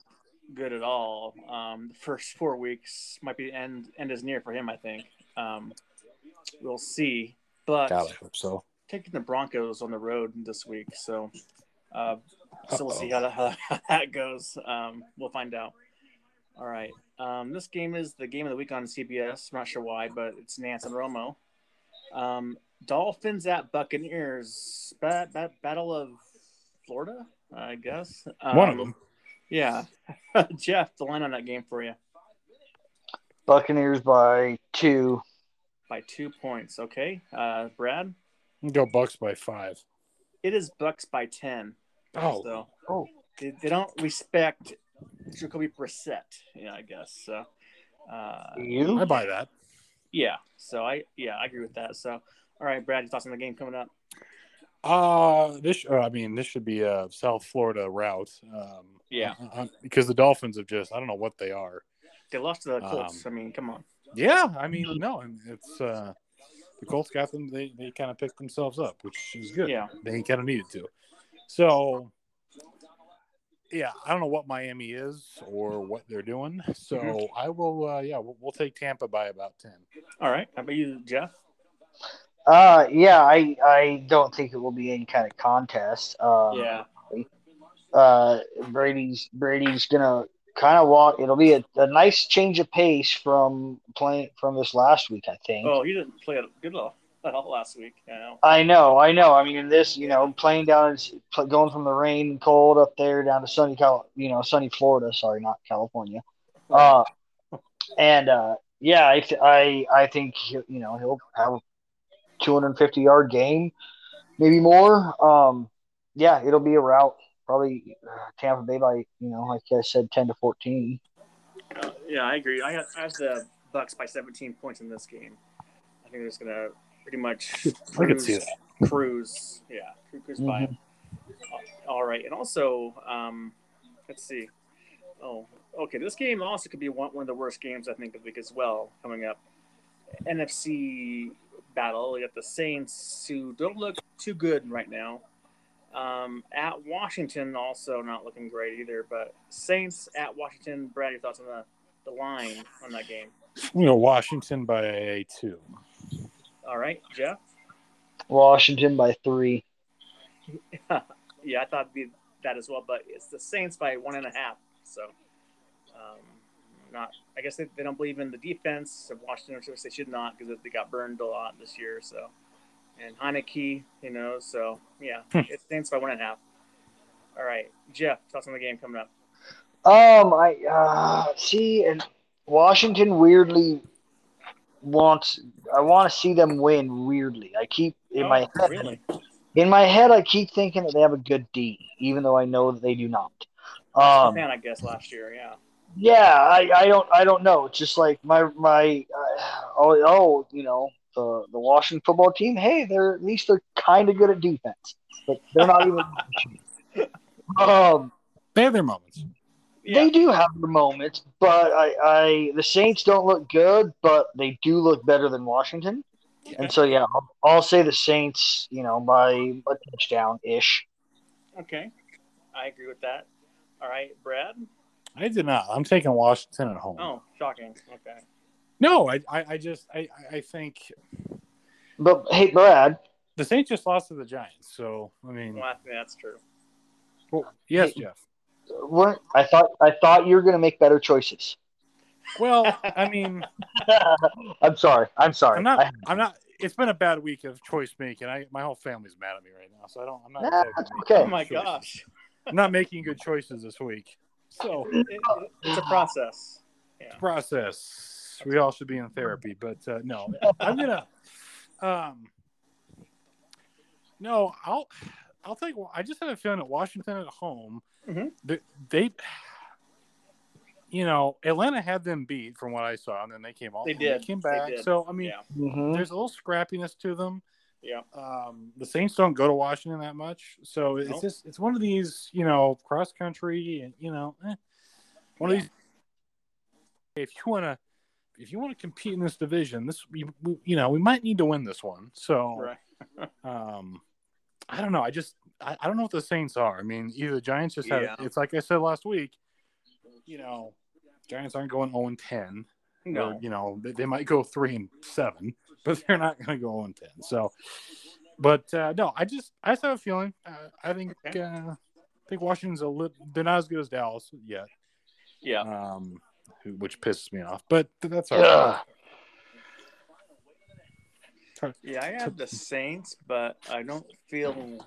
A: good at all. Um, the first four weeks might be the end end is near for him. I think. Um, we'll see. But
B: God, I hope so.
A: taking the Broncos on the road this week, so uh, so we'll
B: Uh-oh.
A: see how that, how that goes. Um, we'll find out. All right. Um, this game is the game of the week on CBS. I'm not sure why, but it's Nance and Romo. Um, Dolphins at Buccaneers. Bat, bat, battle of Florida, I guess. Um,
B: One of them.
A: Yeah. Jeff, the line on that game for you
C: Buccaneers by two.
A: by two points. Okay. Uh, Brad,
B: Go Bucks by five.
A: it is Bucks by 10.
B: Oh,
A: So
E: Oh.
A: they, they don't respect Jacoby Brissett. Yeah, I guess so. Uh,
B: I
C: You?
B: buy that.
A: yeah, so I yeah I agree with that. So all right, Brad, your thoughts on the game coming up?
B: Uh this. Uh, I mean, this should be a South Florida route. Um,
A: Yeah.
B: uh, uh, because the Dolphins have just—I don't know what they are.
A: They lost to the Colts.
B: Um,
A: I mean, come on.
B: Yeah, I mean, no, and it's uh, the Colts got them. They they kind of picked themselves up, which is good.
A: Yeah,
B: They kind of needed to. So, yeah, I don't know what Miami is or what they're doing. So
A: Mhm.
B: I will. Uh, yeah, we'll, we'll take Tampa by about ten.
A: all right. How about you, Jeff?
C: Uh, yeah. I I don't think it will be any kind of contest. Uh,
A: Yeah,
C: uh, Brady's Brady's gonna kind of walk. It'll be a, a nice change of pace from playing from this last week. I think.
A: oh, you didn't play it good at all, at all last week. I know.
C: I know, I know. I mean, in this, you know, playing down, it's pl- going from the rain and cold up there down to sunny, Cal, you know, sunny Florida. Sorry, not California. Uh, and uh, yeah, I, th- I, I think he- you know he'll have a 250 yard game, maybe more. Um, yeah, it'll be a route. Probably uh, Tampa Bay by you know, like I said, 10 to 14.
A: Uh, yeah, I agree. I have, I have the Bucks by 17 points in this game. I think they're just gonna pretty much
B: I could see
A: cruise. Yeah, cru- cruise by. it. Uh, All right, and also, um, let's see. Oh, okay. This game also could be one, one of the worst games I think of the week as well coming up. NFC battle. You got the Saints who don't look too good right now. Um, at Washington, also not looking great either. But Saints at Washington. Brad, your thoughts on the the line on that game?
B: You know, Washington by two.
A: All right, Jeff.
C: Washington by three.
A: yeah, I thought it'd be that as well, but it's the Saints by one and a half. So, um, not. I guess they, they don't believe in the defense of Washington, which they should not, because they got burned a lot this year. So, and Heineke, you know, so yeah, it's Saints by one and a half. All right, Jeff, thoughts on the game coming up?
C: Um, I uh, see, and Washington weirdly wants. I want to see them win. Weirdly, I keep in
A: Oh,
C: my head.
A: really?
C: In my head, I keep thinking that they have a good D, even though I know that they do not. Um,
A: Man, I guess last year, yeah,
C: yeah, I, I don't I don't know. It's just like my my uh, oh oh you know the the Washington football team. Hey, they're at least they're kind of good at defense, but they're not even. um,
B: They have their moments.
A: yeah,
C: They do have their moments, but I, I the Saints don't look good, but they do look better than Washington. And so yeah, I'll, I'll say the Saints, you know, by a touchdown ish.
A: okay, I agree with that. All right, Brad.
B: I did not. I'm taking Washington at home.
A: Oh, shocking. Okay.
B: No, I, I, I just, I, I- I think
C: But hey, Brad,
B: The Saints just lost to the Giants, so I mean,
A: Well, I think that's true.
B: well, yes, Jeff.
C: weren't I thought I thought you were going to make better choices.
B: Well, I mean,
C: I'm sorry. I'm sorry.
B: I'm
C: I-
B: not. I'm not. It's been a bad week of choice making. I my whole family's mad at me right now, so I don't. I'm not.
C: Nah,
B: exactly
C: that's
B: making good
C: okay.
A: Oh my
B: choices.
A: gosh,
B: I'm not making good choices this week. So
A: It- it- it's a process.
B: process. We all should be in therapy, but uh, no, I'm gonna. Um, no, I'll. I'll tell you. what, I just have a feeling that Washington at home,
A: Mhm.
B: they, they, you know, Atlanta had them beat from what I saw, and then they came off.
A: They
B: and
A: did.
B: They came
A: They
B: back.
A: did.
B: So I mean,
A: Yeah,
C: Mhm.
B: there's a little scrappiness to them.
A: yeah.
B: Um, the Saints don't go to Washington that much, so it's
A: Nope.
B: just it's one of these, you know, cross country and you know, eh, one of
A: Yeah.
B: these. If you wanna, if you wanna compete in this division, this you, you know we might need to win this one. So,
A: Right.
B: um, I don't know. I just I, I don't know what the Saints are. I mean, either the Giants just have
A: Yeah.
B: it's like I said last week, you know, Giants aren't going 0 and 10 or,
A: No.
B: you know they, they might go three and seven but they're not going to go on 10 so but uh, no i just i just have a feeling uh, i think
A: Okay.
B: uh, i think washington's a little they're not as good as dallas yet
A: Yeah.
B: um who, which pisses me off but th- that's all right
C: Yeah.
A: Yeah, I have the Saints, but I don't feel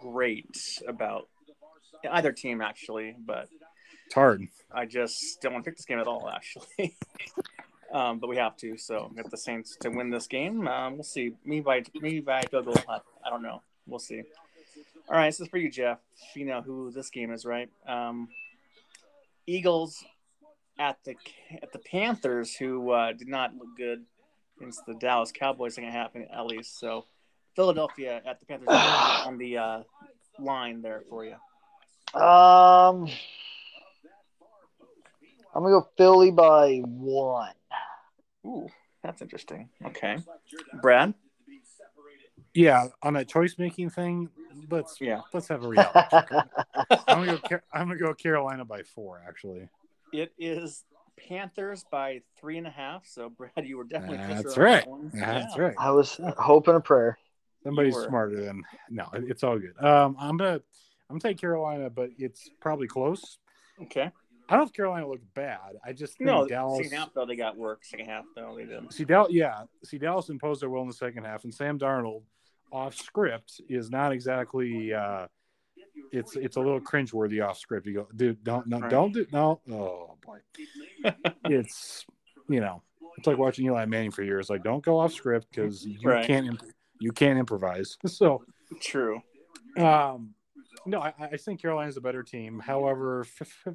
A: great about either team actually. But
B: it's hard
A: I just don't want to pick this game at all, actually. um, but we have to. So if the Saints to win this game, um, we'll see. Maybe by maybe by Google, I, I don't know. We'll see. All right, this is for you, Jeff. You know who this game is, right? Um, Eagles at the at the Panthers, who uh, did not look good against the Dallas Cowboys thing happened at least. So Philadelphia at the Panthers on the uh, line there for you.
C: Um, I'm gonna go Philly by one.
A: Ooh, that's interesting. Okay, Brad.
B: yeah on that choice making thing let's
A: Yeah.
B: let's have a reality check. i'm gonna go Car- i'm gonna go carolina by four actually
A: It is Panthers by three and a half. So Brad, you were definitely
B: That's
A: closer on that
B: right.
A: one.
B: that's
A: Yeah.
B: right
C: I was hoping a prayer.
B: Somebody's
A: were-
B: smarter than no. it- It's all good. Um, I'm gonna I'm gonna take Carolina, but it's probably close.
A: Okay.
B: I don't know if Carolina looked bad. I just think
A: No,
B: Dallas.
A: second half though they got work. Second half though they didn't.
B: See Dallas, yeah. See Dallas imposed their will in the second half, and Sam Darnold, off script, is not exactly. Uh, it's it's a little cringeworthy off script. You go, dude, don't no,
A: Right.
B: don't do no. Oh boy, it's you know, it's like watching Eli Manning for years. Like, don't go off script because you
A: Right.
B: can't imp- you can't improvise. So.
A: True.
B: Um, no, I, I think Carolina's a better team. However, F- F-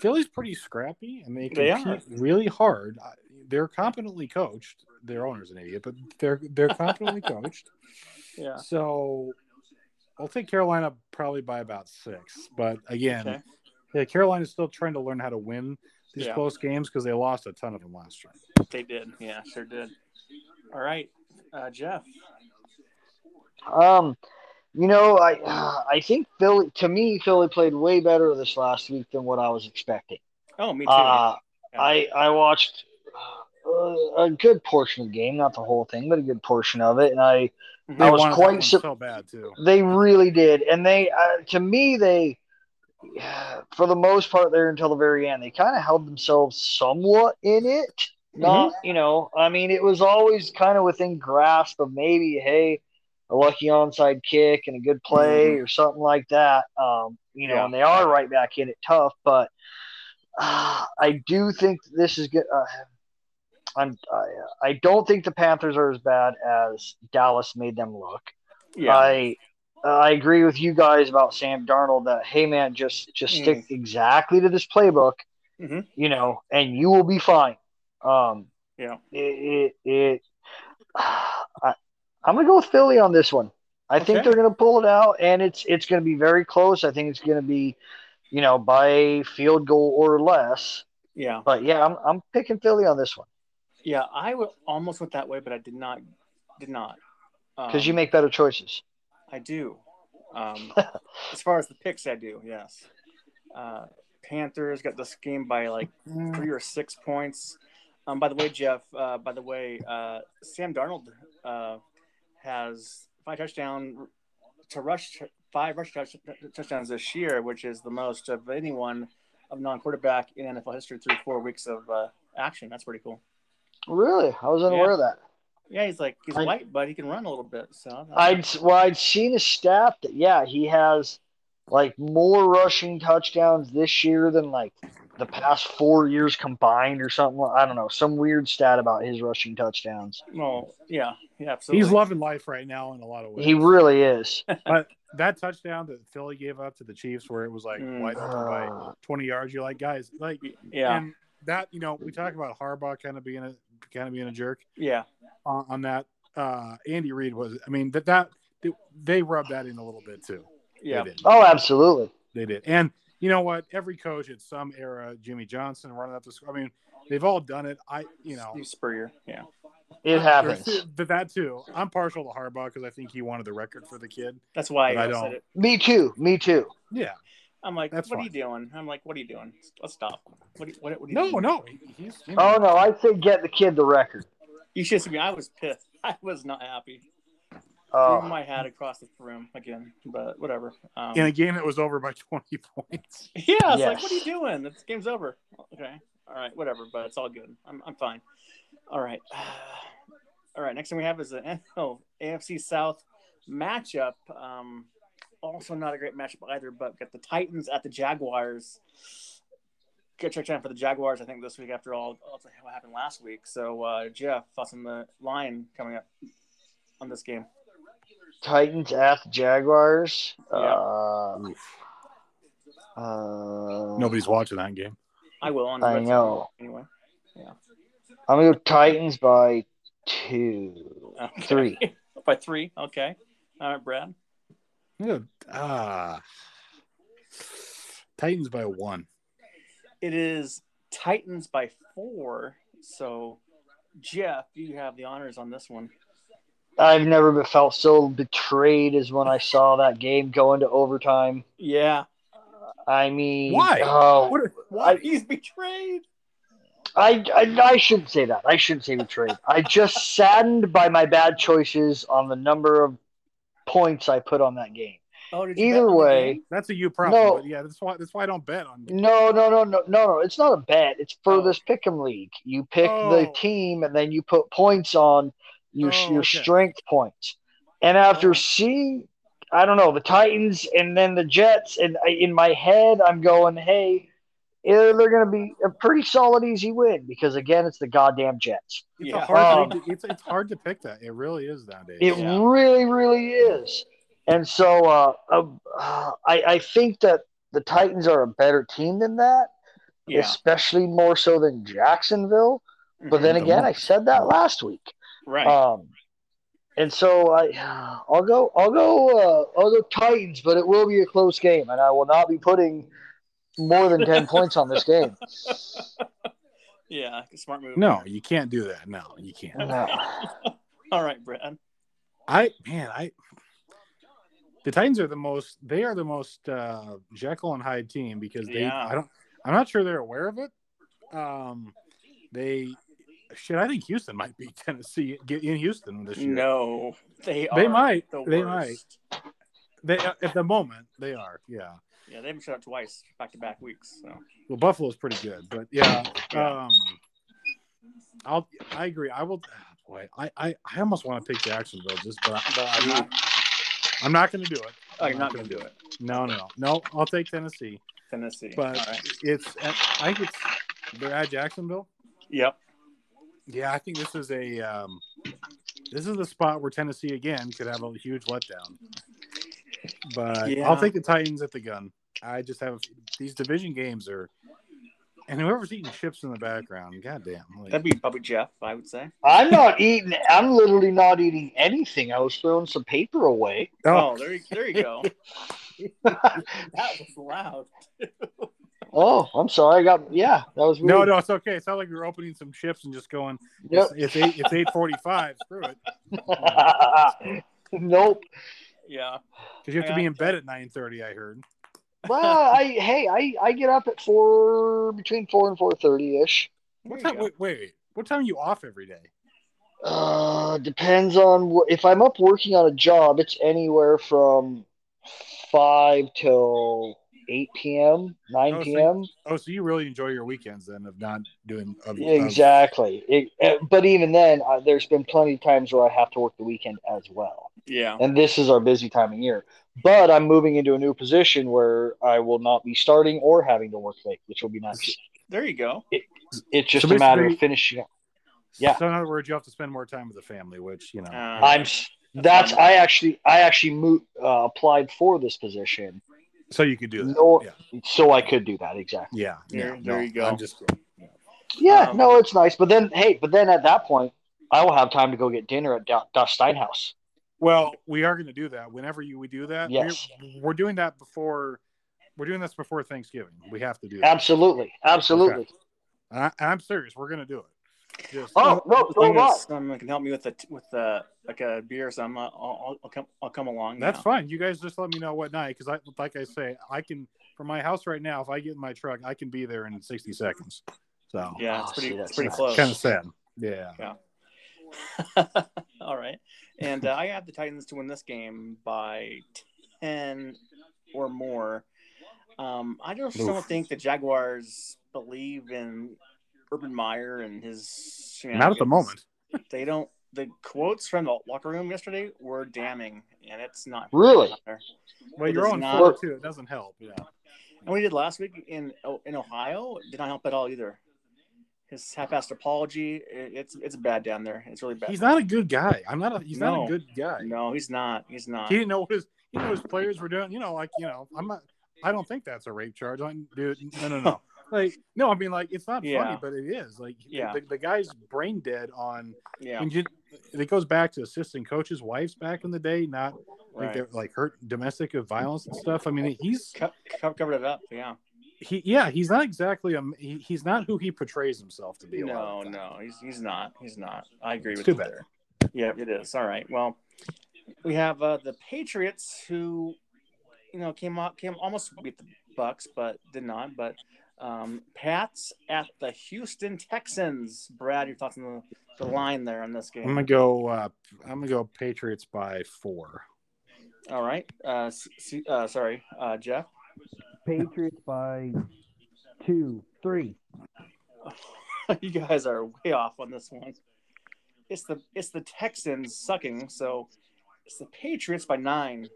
B: Philly's pretty scrappy and they
A: They
B: compete really hard. I- They're competently coached. Their owner's an idiot, but they're they're competently coached.
A: Yeah.
B: So I'll take Carolina probably by about six. But again,
A: Okay.
B: yeah, Carolina's still trying to learn how to win these
A: Yeah.
B: close games because they lost a ton of them last year.
A: They did. Yeah, sure did. All right, uh, Jeff.
C: Um, you know, I I think Philly. To me, Philly played way better this last week than what I was expecting.
A: Oh, me too.
C: Uh,
A: Yeah.
C: I I watched uh, a good portion of the game, not the whole thing, but a good portion of it, and I
B: They
C: I was
B: wanted that
C: quite
B: one
C: sur-
B: so bad too.
C: they really did, and they uh, to me they. yeah, For the most part, there until the very end, they kind of held themselves somewhat in it. Not, you know, I mean, it was always kind of within grasp of maybe, hey, a lucky onside kick and a good play or something like that. Um, you know,
A: Yeah.
C: and they are right back in it tough, but uh, I do think this is good. Uh, I'm, I, I don't think the Panthers are as bad as Dallas made them look.
A: yeah.
C: I I agree with you guys about Sam Darnold that hey man just just
A: Mm.
C: stick exactly to this playbook,
A: Mhm.
C: you know, and you will be fine. Um,
A: Yeah.
C: it it, it I, I'm gonna go with Philly on this one. I think
A: Okay.
C: they're gonna pull it out, and it's it's gonna be very close. I think it's gonna be, you know, by a field goal or less.
A: yeah.
C: But yeah, I'm I'm picking Philly on this one
A: Yeah. I w- almost went that way, but I did not. Did not.
C: because you
A: Um,
C: make better choices.
A: I do. Um, as far as the picks, I do. Yes. Uh, Panthers got this game by like three or six points. Um, by the way, Jeff. Uh, by the way, uh, Sam Darnold uh, has five touchdown to rush five rush touch, touchdowns this year, which is the most of anyone of non-quarterback in NFL history through four weeks of uh, action. That's pretty cool.
C: Really? I was unaware of that.
A: Yeah, he's like he's
C: I-
A: white, but he can run a little bit. So
C: I'd well, I'd seen a stat that yeah, he has like more rushing touchdowns this year than like the past four years combined or something. I don't know, some weird stat about his rushing touchdowns.
A: well, yeah, yeah, absolutely.
B: He's loving life right now in a lot of ways.
C: He really is.
B: that touchdown that Philly gave up to the Chiefs, where it was like
A: Mm.
B: wide open by
C: Uh,
B: 20 yards, you're like, guys, like,
A: yeah,
B: and that you know, we talk about Harbaugh kind of being a kind of being a jerk
A: yeah,
B: on, on that. Uh, Andy Reid was, I mean, that that they rubbed that in a little bit too.
A: yeah,
B: They did.
C: oh, absolutely.
B: They did. And you know what? Every coach at some era, Jimmy Johnson running up the score. I mean, they've all done it. I, you know,
A: He's Spurrier. Yeah,
C: It happens.
B: there's- But that too, I'm partial to Harbaugh because I think he wanted the record for the kid.
A: that's why
B: But I
A: I,
B: don't.
A: said it.
C: Me too. Me too.
B: Yeah.
A: I'm like,
B: That's
A: what are you doing? I'm like, what are you doing? Let's stop. What? Are you, what, what are you
B: No,
A: doing?
B: no, he- he's. you know,
C: Oh no, I'd say get the kid the record.
A: You should see me. I was pissed. I was not happy. Threw
C: Oh,
A: my hat across the room again, but whatever. Um,
B: in a game that was over by 20 points.
A: Yeah, it's like, what are
C: Yes.
A: you doing? This game's over. Okay. All right, whatever, but it's all good. I'm, I'm fine. All right. All right, next thing we have is the oh, AFC South matchup. Um, also not a great matchup either, but we've got the Titans at the Jaguars. Good check down for the Jaguars, I think, this week after all, all that happened last week. So, uh, Jeff, thoughts on the line coming up on this game?
C: Titans at the Jaguars.
A: Yeah.
C: Uh, uh,
B: Nobody's watching that game.
A: I will on
C: I
A: Red Zone
C: know.
A: anyway.
C: I'm gonna go Titans by two,
A: Okay.
C: three.
A: By three, okay. All right, Brad.
B: Yeah, Ah. Titans by one.
A: It is Titans by four. So, Jeff, you have the honors on this one.
C: I've never been felt so betrayed as when I saw that game go into overtime.
A: Yeah.
C: I mean,
B: Why?
C: Oh,
B: What?
A: Why? He's betrayed.
C: I, I I shouldn't say that. I shouldn't say betrayed. I just saddened by my bad choices on the number of points I put on that game.
A: Oh, did
C: Either
A: bet on the
C: way-
A: game?
B: That's a you problem.
C: No.
B: But yeah, that's why. That's why I don't bet on.
C: No, no, no, no, no, no. It's not a bet. It's furthest pick 'em league. You pick the
B: Oh.
C: team and then you put points on your
B: Oh,
C: your
B: okay.
C: strength points. And after
A: Oh.
C: seeing, I don't know, the Titans and then the Jets, and I, in my head, I'm going, hey, eh, they're going to be a pretty solid, easy win because again, it's the goddamn Jets.
B: It's
A: Yeah.
B: a hard.
C: Um,
B: thing to, it's it's hard to pick that. It really is nowadays.
C: It
A: Yeah.
C: really, really is. And so uh, uh, I, I think that the Titans are a better team than that,
A: Yeah.
C: especially more so than Jacksonville. But then
B: Mhm.
C: again, I said that last week.
A: right.
C: Um, and so I, I'll go, I'll go, uh, I'll go Titans, but it will be a close game, and I will not be putting more than ten points on this game.
A: yeah. Smart move.
B: No, you can't do that. No, you can't.
C: No.
A: All right, Brad.
B: I man, I. The Titans are the most. They are the most uh, Jekyll and Hyde team because they.
A: Yeah.
B: I don't. I'm not sure they're aware of it. Um, they. Shit, I think Houston might beat Tennessee get in Houston this year.
A: No, they are.
B: They might.
A: The
B: They
A: worst.
B: They uh, at the moment they are. Yeah.
A: Yeah, they haven't shut out twice back to back weeks. So
B: Well, Buffalo's pretty good, but yeah.
A: Yeah.
B: Um, I'll. I agree. I will. ah, Boy, I, I, I almost want to pick Jacksonville just, but, I- but I'm not. I'm not going to do it.
A: oh, you're not going to do it.
B: No, no, no, no. I'll take Tennessee,
A: Tennessee.
B: but
A: All right.
B: it's. uh, I think it's. They're at Jacksonville.
A: Yep.
B: Yeah, I think this is a. Um, this is the spot where Tennessee again could have a huge letdown. But
A: Yeah.
B: I'll take the Titans at the gun. I just have these division games are, and whoever's eating chips in the background, goddamn, like,
A: That'd be probably Jeff, I would say.
C: I'm not eating. I'm literally not eating anything. I was throwing some paper away.
A: Oh, there, you, there you go. That was loud.
C: Oh, I'm sorry. I got yeah. That was weird.
B: no, no, it's okay. It's not like you're opening some chips and just going.
C: Yep.
B: It's, it's eight. It's eight forty-five. Screw it,
C: nope.
A: Yeah.
B: because you have to be in bed at nine thirty. I heard.
C: Well, I hey, I I get up at four between four and four thirty ish.
B: What
A: There you
B: time?
A: go.
B: Wait, wait, What time are you off every day?
D: Uh, depends on wh- if I'm up working on a job. It's anywhere from five till eight p.m., nine
B: Oh, so-
D: p.m.
B: Oh, so you really enjoy your weekends then of not doing of, of-
D: exactly. It, uh, but even then, uh, there's been plenty of times where I have to work the weekend as well.
A: Yeah.
D: and this is our busy time of year. But I'm moving into a new position where I will not be starting or having to work late, which will be nice.
A: There you go.
D: It's just
B: So
D: a matter of
B: basically-
D: finishing up. yeah.
B: So in other words, you have to spend more time with the family, which you know.
A: Uh,
D: I'm s- that's I actually I actually mo- uh, applied for this position,
B: so you could do that.
D: No-
B: yeah.
D: so I could do that exactly.
B: Yeah.
A: There-
B: yeah,
A: there you go.
B: I'm just.
D: Yeah,
A: Um,
D: no, it's nice. But then hey, but then at that point, I will have time to go get dinner at Do- Doc Steinhouse.
B: Well, we are going to do that. Whenever you we do that,
D: Yes.
B: we're, we're doing that before. We're doing this before Thanksgiving. We have to do that.
D: Absolutely, absolutely.
B: And, I, and I'm serious. We're going to do it. Just,
D: Oh no,
A: as
D: no,
A: long
D: not.
A: as someone um, can help me with the with the like a beer, so I'm uh, I'll, I'll come I'll come along.
B: That's
A: now.
B: fine. You guys just let me know what night, because I, like I say, I can from my house right now. If I get in my truck, I can be there in 60 seconds. So
D: Oh,
A: Yeah, it's
D: see,
A: pretty
D: that's
A: it's pretty
D: nice.
A: close.
B: kind of sad. Yeah.
A: All right, and uh, I have the Titans to win this game by ten or more. Um, I just don't
B: Oof.
A: think the Jaguars believe in Urban Meyer and his.
B: Not at the
A: shenanigans.
B: moment.
A: They don't. The quotes from the locker room yesterday were damning, and it's not
D: Really?
B: Well,
A: It
B: you're
A: does
B: on
A: not-
B: four too. It doesn't help. Yeah.
A: And we did last week in oh, in Ohio did not help at all either. His half-assed apology, it- it's it's bad down there. It's really bad.
B: He's not a good guy. I'm not. A, he's not
A: No.
B: a good guy.
A: no, he's not. He's not.
B: He didn't know what his. He knew what his players were doing. You know, like you know, I'm not. I don't think that's a rape charge. I dude, no, no, no. Like no, I mean like it's not
A: Yeah.
B: funny, but it is. Like
A: Yeah.
B: the, the guy's brain dead on.
A: yeah,
B: And you, it goes back to assistant coaches' wives back in the day, not like
A: right.
B: they're like hurt domestic violence and stuff. I mean, he's
A: Co- co- covered it up. Yeah.
B: he yeah, he's not exactly a he, he's not who he portrays himself to be. a lot
A: No,
B: of the time.
A: no, he's he's not. He's not. I agree
B: It's
A: with
B: too
A: you
B: bad.
A: there. Yeah, it is. All right. Well, we have uh, the Patriots who, you know, came out came almost beat the Bucks, but did not. But um, Pats at the Houston Texans. Brad, your thoughts on the, the line there on this game?
B: I'm gonna go. Uh, I'm gonna go Patriots by four.
A: All right. Uh, s- s- uh, sorry, uh, Jeff.
C: Patriots by two, three.
A: you guys are way off on this one. It's the it's the Texans sucking, so it's the Patriots by nine.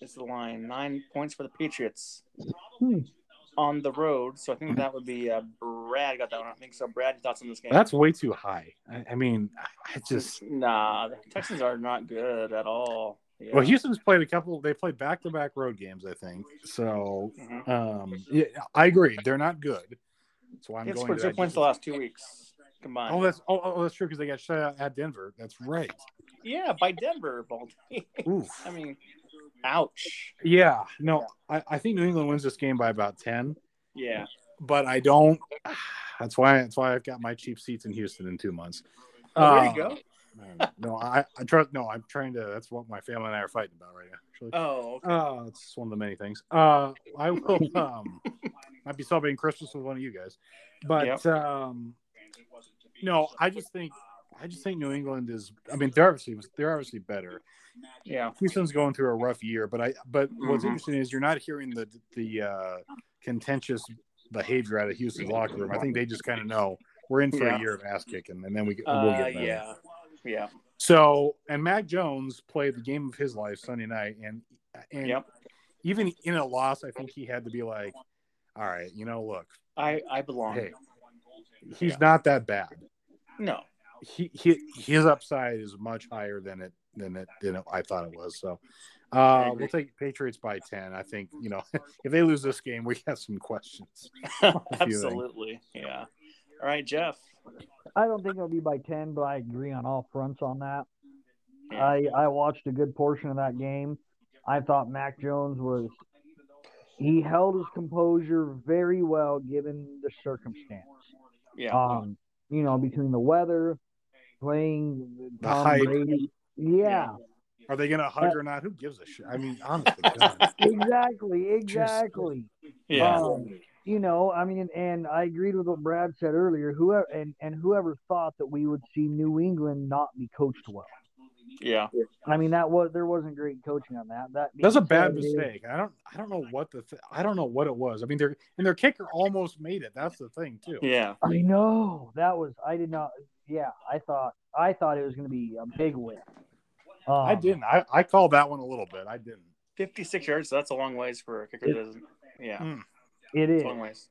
A: Is the line nine points for the Patriots
C: Hmm.
A: on the road? So I think that would be uh, Brad got that one. I think so. Brad, your thoughts on this game?
B: That's way too high. I, I mean, I- I just
A: nah. The Texans are not good at all. Yeah.
B: well, Houston's played a couple. They played back-to-back road games, I think. So,
A: Mhm.
B: um, yeah, I agree. They're not good. That's why I'm
A: They've
B: going.
A: scored
B: to
A: zero
B: that.
A: points the last two weeks combined.
B: Oh, that's oh, oh that's true because they got shut out at Denver. That's right.
A: yeah, by Denver, Baldy.
B: Oof.
A: I mean, ouch.
B: Yeah. No, I, I think New England wins this game by about ten,
A: Yeah.
B: but I don't. That's why. That's why I've got my cheap seats in Houston in two months.
A: Oh, there
B: Uh,
A: you go.
B: No, no, I, I trust. No, I'm trying to. That's what my family and I are fighting about right now. Actually,
A: Oh, okay.
B: uh, it's one of the many things. Uh, I will. Um, might be celebrating Christmas with one of you guys, but
A: Yep.
B: um, no, I just think. I just think New England is. I mean, they're obviously they're obviously better.
A: yeah.
B: Houston's going through a rough year, but I. But what's
A: Mhm.
B: interesting is you're not hearing the the uh, contentious behavior out of Houston's locker room. I think they just kind of know we're in for
A: Yeah.
B: a year of ass kicking, and then we we'll
A: Uh,
B: get better.
A: yeah. Yeah.
B: So, and Mac Jones played the game of his life Sunday night, and and
A: Yep.
B: even in a loss, I think he had to be like, "All right, you know, look,
A: I I belong.
B: hey, he's
A: Yeah.
B: not that bad.
A: No.
B: He, he his upside is much higher than it than it than it, I thought it was." So, uh,
A: agree.
B: we'll take Patriots by ten. I think you know if they lose this game, we have some questions.
A: eh? Absolutely. Yeah. All right, Jeff.
C: I don't think it'll be by ten, but I agree on all fronts on that.
A: Yeah.
C: I I watched a good portion of that game. I thought Mac Jones was he held his composure very well given the circumstance.
A: Yeah.
C: Um, you know, between the weather, playing
B: The
C: Tom
B: hype.
C: Brady.
A: Yeah.
C: Yeah,
B: Are they going to hug or not? Who gives a shit? I mean, honestly, God.
C: exactly, exactly.
A: yeah.
C: Um, you know, I mean, and I agreed with what Brad said earlier. Whoever and, and whoever thought that we would see New England not be coached well.
A: Yeah.
C: I mean, that was there wasn't great coaching on that. That being
B: That's a
C: said,
B: bad
C: it is-
B: mistake. I don't I don't know what the th- I don't know what it was. I mean, their and their kicker almost made it. That's the thing too.
A: Yeah.
C: I know that was. I did not. Yeah, I thought I thought it was going to be a big win. Um,
B: I didn't. I, I called that one a little bit. I didn't.
A: 56 yards, so that's a long ways for a kicker that doesn't. Yeah.
B: Mm.
C: It
A: It's
C: is,
A: a long ways.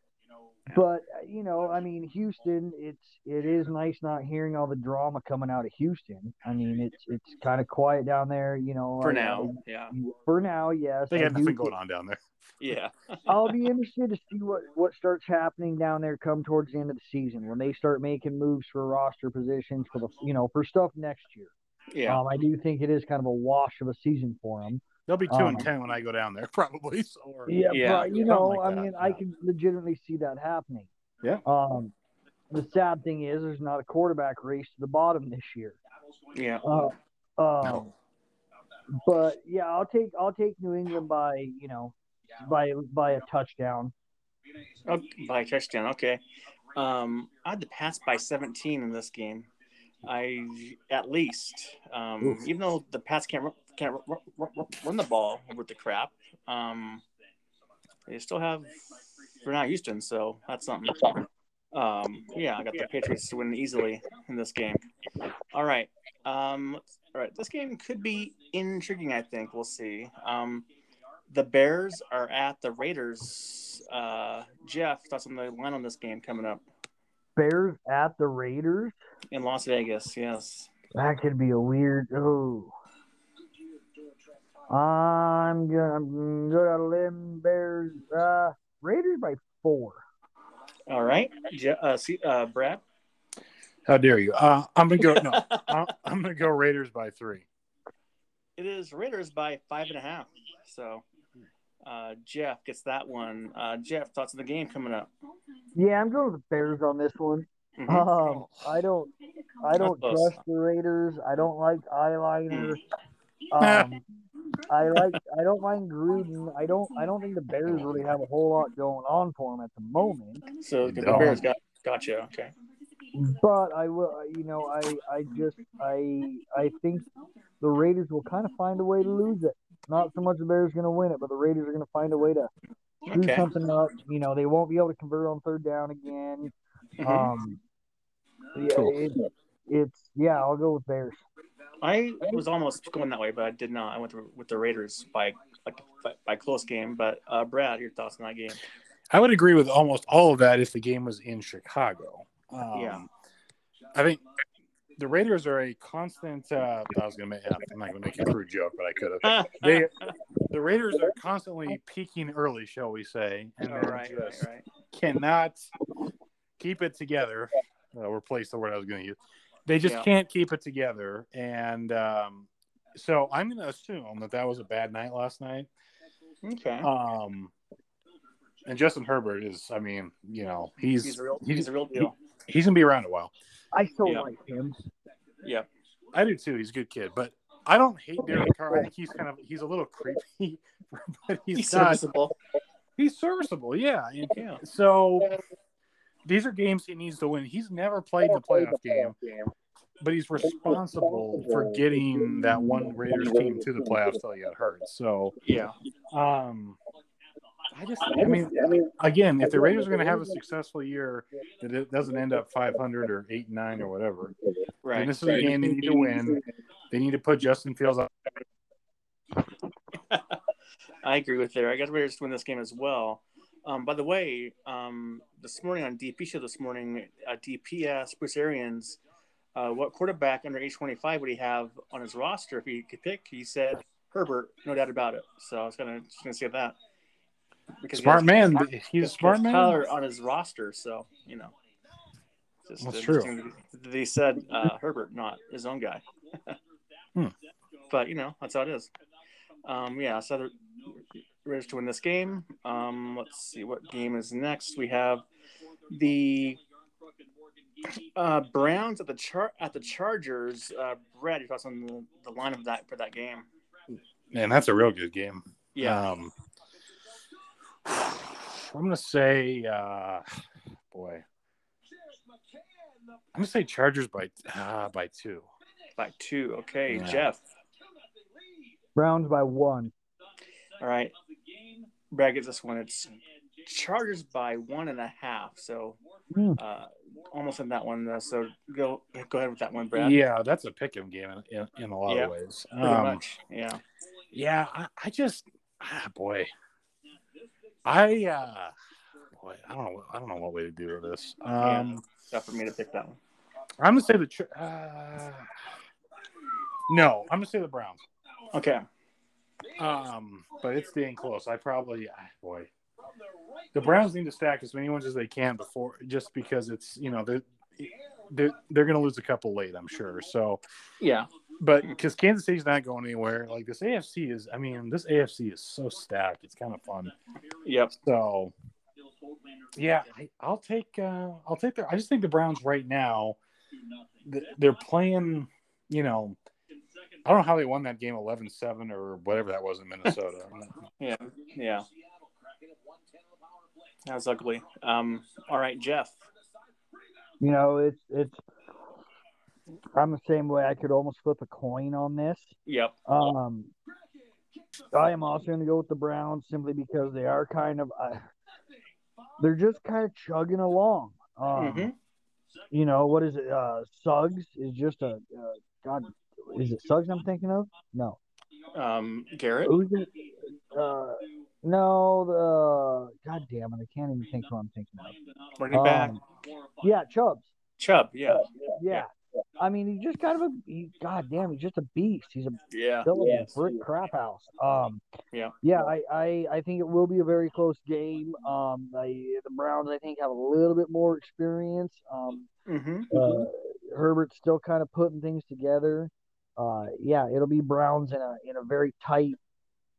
C: but uh, you know, I mean, Houston. It's it is nice not hearing all the drama coming out of Houston. I mean, it's it's kind of quiet down there. You know,
A: For
C: I-
A: now. Yeah.
C: I- for now, yes.
B: They
C: I
B: got
C: do
B: nothing going on down there.
A: Yeah.
C: I'll be interested to see what what starts happening down there come towards the end of the season when they start making moves for roster positions for the you know for stuff next year.
A: Yeah.
C: Um, I do think it is kind of a wash of a season for them.
B: They'll be two
C: Um,
B: and ten when I go down there, probably. So or,
C: Yeah,
A: Yeah.
C: but
B: Something
C: you know,
B: like
C: I
B: that,
C: mean, I
B: yeah.
C: can legitimately see that happening.
B: Yeah.
C: Um, the sad thing is, there's not a quarterback race to the bottom this year.
A: Yeah.
C: Uh, um,
B: No.
C: But yeah, I'll take I'll take New England by you know by by a touchdown.
A: Okay, Oh, by touchdown. Okay. Um, I had to pass by 17 in this game. I at least, um, even though the pass can't ru- can't ru- ru- ru- ru- run the ball with the crap, um, they still have. We're not Houston, so that's something. Um, yeah, I got the Patriots to win easily in this game. All right. Um, all right. This game could be intriguing. I think we'll see. Um, the Bears are at the Raiders. Uh, Jeff, thoughts on the line on this game coming up
C: Bears at the Raiders.
A: in Las Vegas? Yes.
C: That could be a weird. Oh, I'm gonna, I'm gonna go to limb Bears. Uh, Raiders by four.
A: All right, Je- uh, see, uh, Brad.
B: How dare you? Uh, I'm gonna go. No, I'm, I'm gonna go Raiders by three.
A: It is Raiders by five and a half. So uh, Jeff gets that one. Uh, Jeff, thoughts on the game coming up?
C: Yeah, I'm going with the Bears on this one.
A: Mhm.
C: Um, I don't, I don't
A: close.
C: trust the Raiders. I don't like
A: Mm.
C: eyeliner. Um, I like, I don't mind Gruden. I don't, I don't think the Bears really have a whole lot going on for them at the moment.
A: So the
B: No.
A: Bears got gotcha. Okay.
C: But I will, you know, I, I just, I, I think the Raiders will kind of find a way to lose it. Not so much the Bears going to win it, but the Raiders are going to find a way to screw
A: Okay.
C: something up. You know, they won't be able to convert on third down again.
A: Mhm.
C: Um, yeah,
B: Cool.
C: it, it's yeah. I'll go with Bears.
A: I was almost going that way, but I did not. I went to, with the Raiders by like by close game. But uh, Brad, your thoughts on that game?
B: I would agree with almost all of that if the game was in Chicago. Um,
A: Yeah.
B: I think the Raiders are a constant. Uh, I was gonna make. I'm not gonna make a crude joke, but I could have. They,
A: Uh,
B: the Raiders are constantly peaking early, shall we say, and
A: All
B: then
A: right, right,
B: just
A: right.
B: cannot keep it together. Uh, replace the word I was going to use. They just
A: Yeah.
B: can't keep it together, and um, so I'm going to assume that that was a bad night last night.
A: Okay.
B: Um, and Justin Herbert is, I mean, you know, he's
A: he's a real
B: he's,
A: he's a real deal.
B: he's going to be around a while.
C: I still
A: Yeah.
C: like him.
A: yeah.
B: I do too. He's a good kid, but I don't hate Derek Carr. I think he's kind of he's a little creepy, but he's,
A: He's,
B: not.
A: serviceable.
B: He's serviceable, yeah. And
A: Yeah.
B: so these are games he needs to win. He's never played the playoff game, but he's responsible for getting that one Raiders team to the playoffs till he got hurt. So,
A: Yeah.
B: um, I just, I mean, again, if the Raiders are going to have a successful year that it doesn't end up 500 or 8 9 or whatever, then
A: Right.
B: this is a game they need to win. They need to put Justin Fields on.
A: I agree with there. I guess Raiders win this game as well. Um, by the way, um, this morning on DP show this morning, uh, DP asked Bruce Arians, uh, "What quarterback under age 25 would he have on his roster if he could pick?" He said Herbert, no doubt about it. So I was gonna just gonna say that because he
B: Smart
A: has-
B: man. He's a
A: he
B: smart
A: has
B: man.
A: Kyler on his roster, so you know. Just
B: That's
A: interesting that They said uh, Herbert, not his own guy.
B: Hmm.
A: But you know that's how it is. Um, yeah, so the Raiders to win this game. Um, let's see what game is next. We have the uh, Browns at the char- at the Chargers. Uh, Brad, your thoughts on the, the line of that for that game?
B: Man, that's a real good game.
A: Yeah,
B: Um, I'm gonna say, uh, boy, I'm gonna say Chargers by uh, by two.
A: by two. Okay,
B: Yeah.
A: Jeff.
C: Browns by one.
A: All right. Brad gives us one. It's Chargers by one and a half. So
C: Hmm.
A: uh, almost in that one. Uh, so go go ahead with that one, Brad.
B: Yeah, that's a pick 'em game in, in, in a lot
A: Yeah,
B: of ways.
A: Pretty
B: Um,
A: much. Yeah.
B: Yeah, I, I just, ah, boy, I, uh, boy, I don't know, I don't know what way to do with this. Um,
A: Tough for me to pick that one.
B: I'm gonna say the, Ch- uh, no, I'm gonna say the Browns.
A: Okay.
B: Um, but it's staying close. I probably, ah, boy, the Browns need to stack as many ones as they can before, just because it's you know they're they're, they're gonna lose a couple late, I'm sure. So,
A: Yeah.
B: but because Kansas City's not going anywhere, like this AFC is. I mean, this AFC is so stacked. It's kind of fun.
A: Yep.
B: So, yeah, I, I'll take uh, I'll take the. I just think the Browns right now, th- they're playing. You know, I don't know how they won that game 11-7 or whatever that was in Minnesota.
A: Yeah. Yeah. That was ugly. Um, all right, Jeff.
C: You know, it's it's. I'm the same way. I could almost flip a coin on this.
A: Yep.
C: Um, I am also going to go with the Browns simply because they are kind of, uh, they're just kind of chugging along. Um,
B: Mm-hmm.
A: Mhm.
C: You know what is it? Uh, Suggs is just a uh, God. Is it Suggs I'm thinking of? No.
A: Um, Garrett.
C: Uh, Who's it? Uh, no. The God damn it! I can't even think who I'm thinking of.
A: Running back.
C: Um, yeah, Chubbs.
A: Chubb. Yeah.
C: Yeah. I mean, he's just kind of a. He, God damn, he's just a beast. He's a
A: Yeah.
C: Still in
A: Yes.
C: a brick crap house. Um,
A: Yeah.
C: yeah. I, I, I think it will be a very close game. Um, I, the Browns, I think, have a little bit more experience. Um,
A: Mm-hmm.
C: uh, Herbert's still kind of putting things together. Uh, yeah, it'll be Browns in a in a very tight,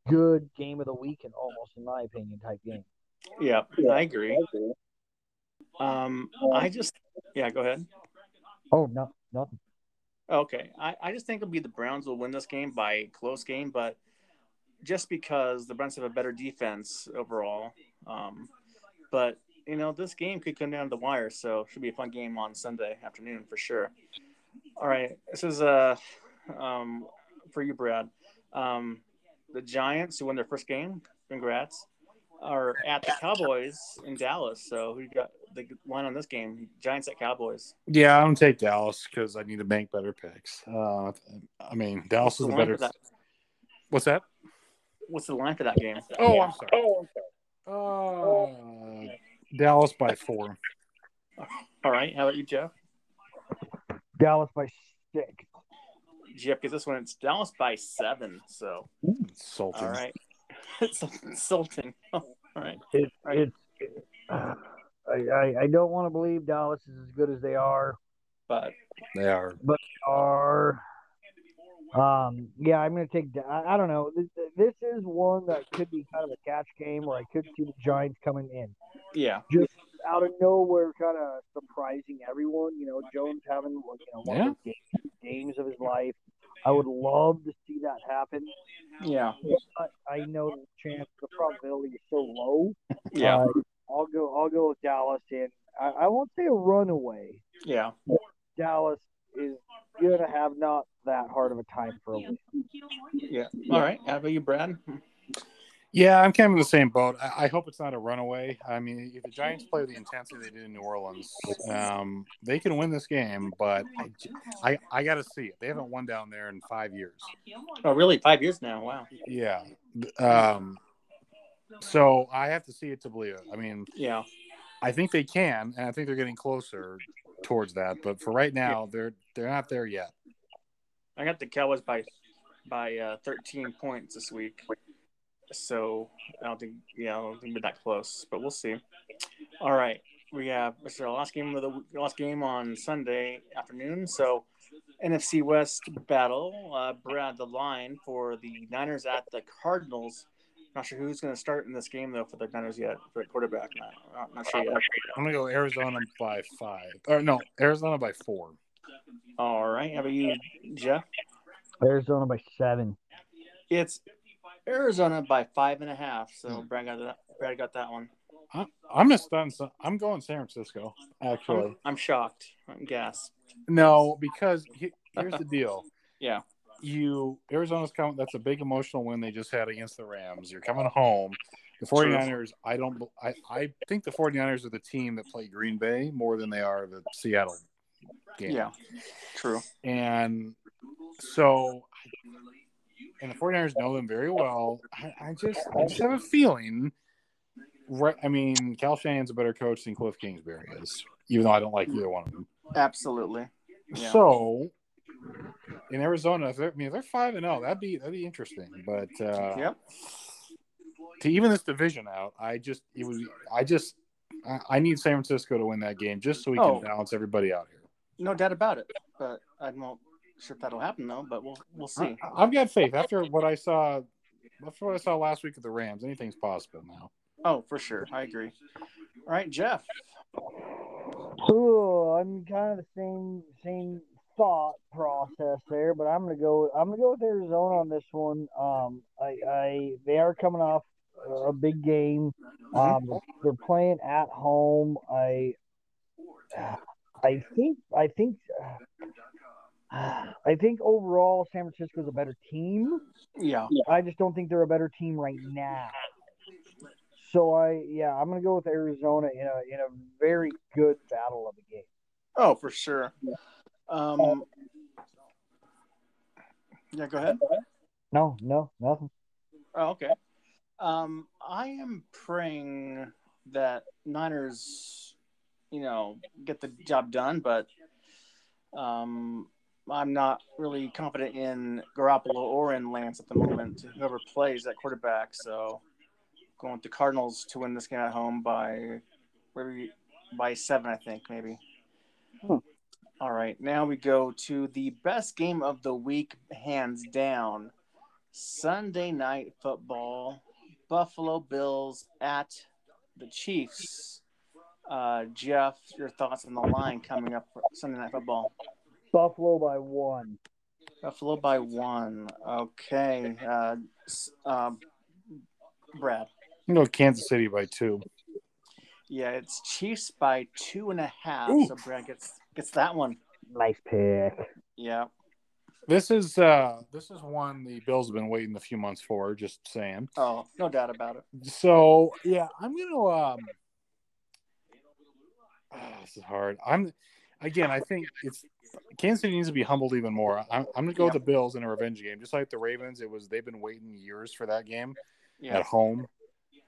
C: good game of the week, and almost, in my opinion, type game.
A: Yeah. I agree. Um, I just. Yeah. Go ahead.
C: Oh no, nothing.
A: Okay. I, I just think it'll be the Browns will win this game by a close game, but just because the Browns have a better defense overall. Um, but, you know, this game could come down to the wire, so it should be a fun game on Sunday afternoon for sure. All right. This is uh, um, for you, Brad. Um, the Giants, who won their first game, congrats, are at the Cowboys in Dallas. So who you got the line on this game? Giants at Cowboys.
B: yeah, I'm gonna take Dallas because I need to make better picks. Uh, I mean, Dallas
A: What's the
B: is a
A: line
B: better.
A: for that?
B: What's that?
A: What's the line for that game?
B: Oh, I'm sorry. Oh, I'm sorry. Uh, Dallas by four.
A: All right. How about you, Jeff?
C: Dallas by six.
A: Jeff gives this one. It's Dallas by seven. So,
B: Insulting.
A: all right. it's insulting. All right.
C: It's
A: Right.
C: it's. I, I, I don't want to believe Dallas is as good as they are.
A: But,
B: They are.
C: are. Um, yeah, I'm going to take. I, I don't know. This, this is one that could be kind of a catch game where I could see the Giants coming in
A: yeah.
C: out of nowhere, kind of surprising everyone. You know, Jones having you know one of the games of his life. I would love to see that happen,
A: Yeah.
C: but I know the chance, the probability is so low.
A: Yeah.
C: Uh, I'll go. I'll go with Dallas in. I, I won't say a runaway.
A: yeah.
C: Dallas is going to have not that hard of a time for a win.
A: Yeah. All right. How about you, Brad?
B: Yeah, I'm kind of in the same boat. I, I hope it's not a runaway. I mean, if the Giants play with the intensity they did in New Orleans, um, they can win this game. But I, j- I, I got to see it. They haven't won down there in five years.
A: Oh, really? Five years now. Wow.
B: Yeah. Um, so I have to see it to believe it. I mean,
A: Yeah.
B: I think they can, and I think they're getting closer towards that. But for right now, they're they're not there yet.
A: I got the Cowboys by by uh, 13 points this week. So I don't think, yeah, I don't think we're that close, but we'll see. All right. We have this is our last game of the last game on Sunday afternoon. So NFC West battle. Uh, Brad, the line for the Niners at the Cardinals. Not sure who's going to start in this game though for the Niners yet for quarterback. Not, not sure yet.
B: I'm gonna go Arizona by five. Or no, Arizona by four.
A: All right. How about you, Jeff?
C: Arizona by seven.
A: It's Arizona by five and a half. So Brad got that. Brad got that one.
B: I, I'm just done. So I'm going San Francisco. Actually,
A: I'm, I'm shocked. I'm gasped.
B: no, because he, here's the deal.
A: Yeah.
B: you Arizona's coming. That's a big emotional win they just had against the Rams. You're coming home. The 49ers, I don't. bel- I, I think the 49ers are the team that play Green Bay more than they are the Seattle game.
A: Yeah. True.
B: And so, and the 49ers know them very well. I, I just, I just have a feeling. Right, I mean, Cal Shanahan's a better coach than Cliff Kingsbury is, even though I don't like either one of them.
A: Absolutely. Yeah.
B: So, in Arizona, if they're, I mean, if they're five and zero, that'd be that'd be interesting. But uh,
A: Yep.
B: to even this division out, I just it was I just I, I need San Francisco to win that game just so we
A: Oh.
B: can balance everybody out here.
A: No doubt about it. But I'm not sure if that'll happen though. But we'll we'll see.
B: I, have got faith after what I saw. After what I saw last week with the Rams, anything's possible now.
A: Oh, for sure. I agree. All right, Jeff.
C: Cool. I'm kind of the same same thought process there, but I'm gonna go. I'm gonna go with Arizona on this one. Um, I, I they are coming off a big game. Um, they're playing at home. I, I think. I think. I think overall, San Francisco's a better team.
A: Yeah.
C: I just don't think they're a better team right now. So I, yeah, I'm gonna go with Arizona in a in a very good battle of the game.
A: Oh, for sure. Um. Yeah. Go ahead.
C: No, no, nothing.
A: Oh, okay. Um, I am praying that Niners, you know, get the job done, but um, I'm not really confident in Garoppolo or in Lance at the moment, whoever plays that quarterback. So going with the Cardinals to win this game at home by maybe by seven, I think, maybe.
C: Hmm.
A: All right, now we go to the best game of the week, hands down. Sunday night football, Buffalo Bills at the Chiefs. Uh, Jeff, your thoughts on the line coming up for Sunday night football?
C: Buffalo by one.
A: Buffalo by one. Okay. Uh, s- uh, Brad.
B: You know, Kansas City by two.
A: Yeah, it's Chiefs by two and a half.
B: Ooh.
A: So Brad gets gets that one.
C: Nice pick.
A: Yeah.
B: This is uh this is one the Bills have been waiting a few months for. Just saying.
A: Oh, no doubt about it.
B: So yeah, I'm gonna. Um, ah, this is hard. I'm again. I think it's Kansas City needs to be humbled even more. I'm, I'm gonna go with the Bills in a revenge game, just like the Ravens. It was they've been waiting years for that game
A: Yeah.
B: at home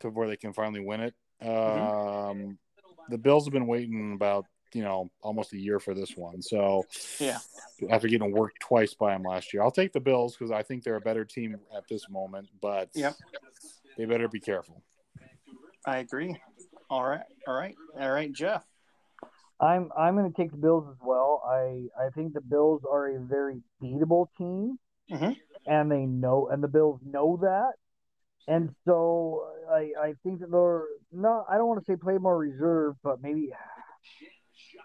B: to where they can finally win it.
A: Mm-hmm.
B: Um, the Bills have been waiting about you know almost a year for this one. So
A: Yeah.
B: after getting worked twice by them last year, I'll take the Bills because I think they're a better team at this moment. But
A: Yep.
B: they better be careful.
A: I agree. All right. All right. All right, Jeff.
C: I'm I'm gonna take the Bills as well. I I think the Bills are a very beatable team,
A: Mhm.
C: and they know and the Bills know that, and so I I think that they're not. I don't want to say play more reserved, but maybe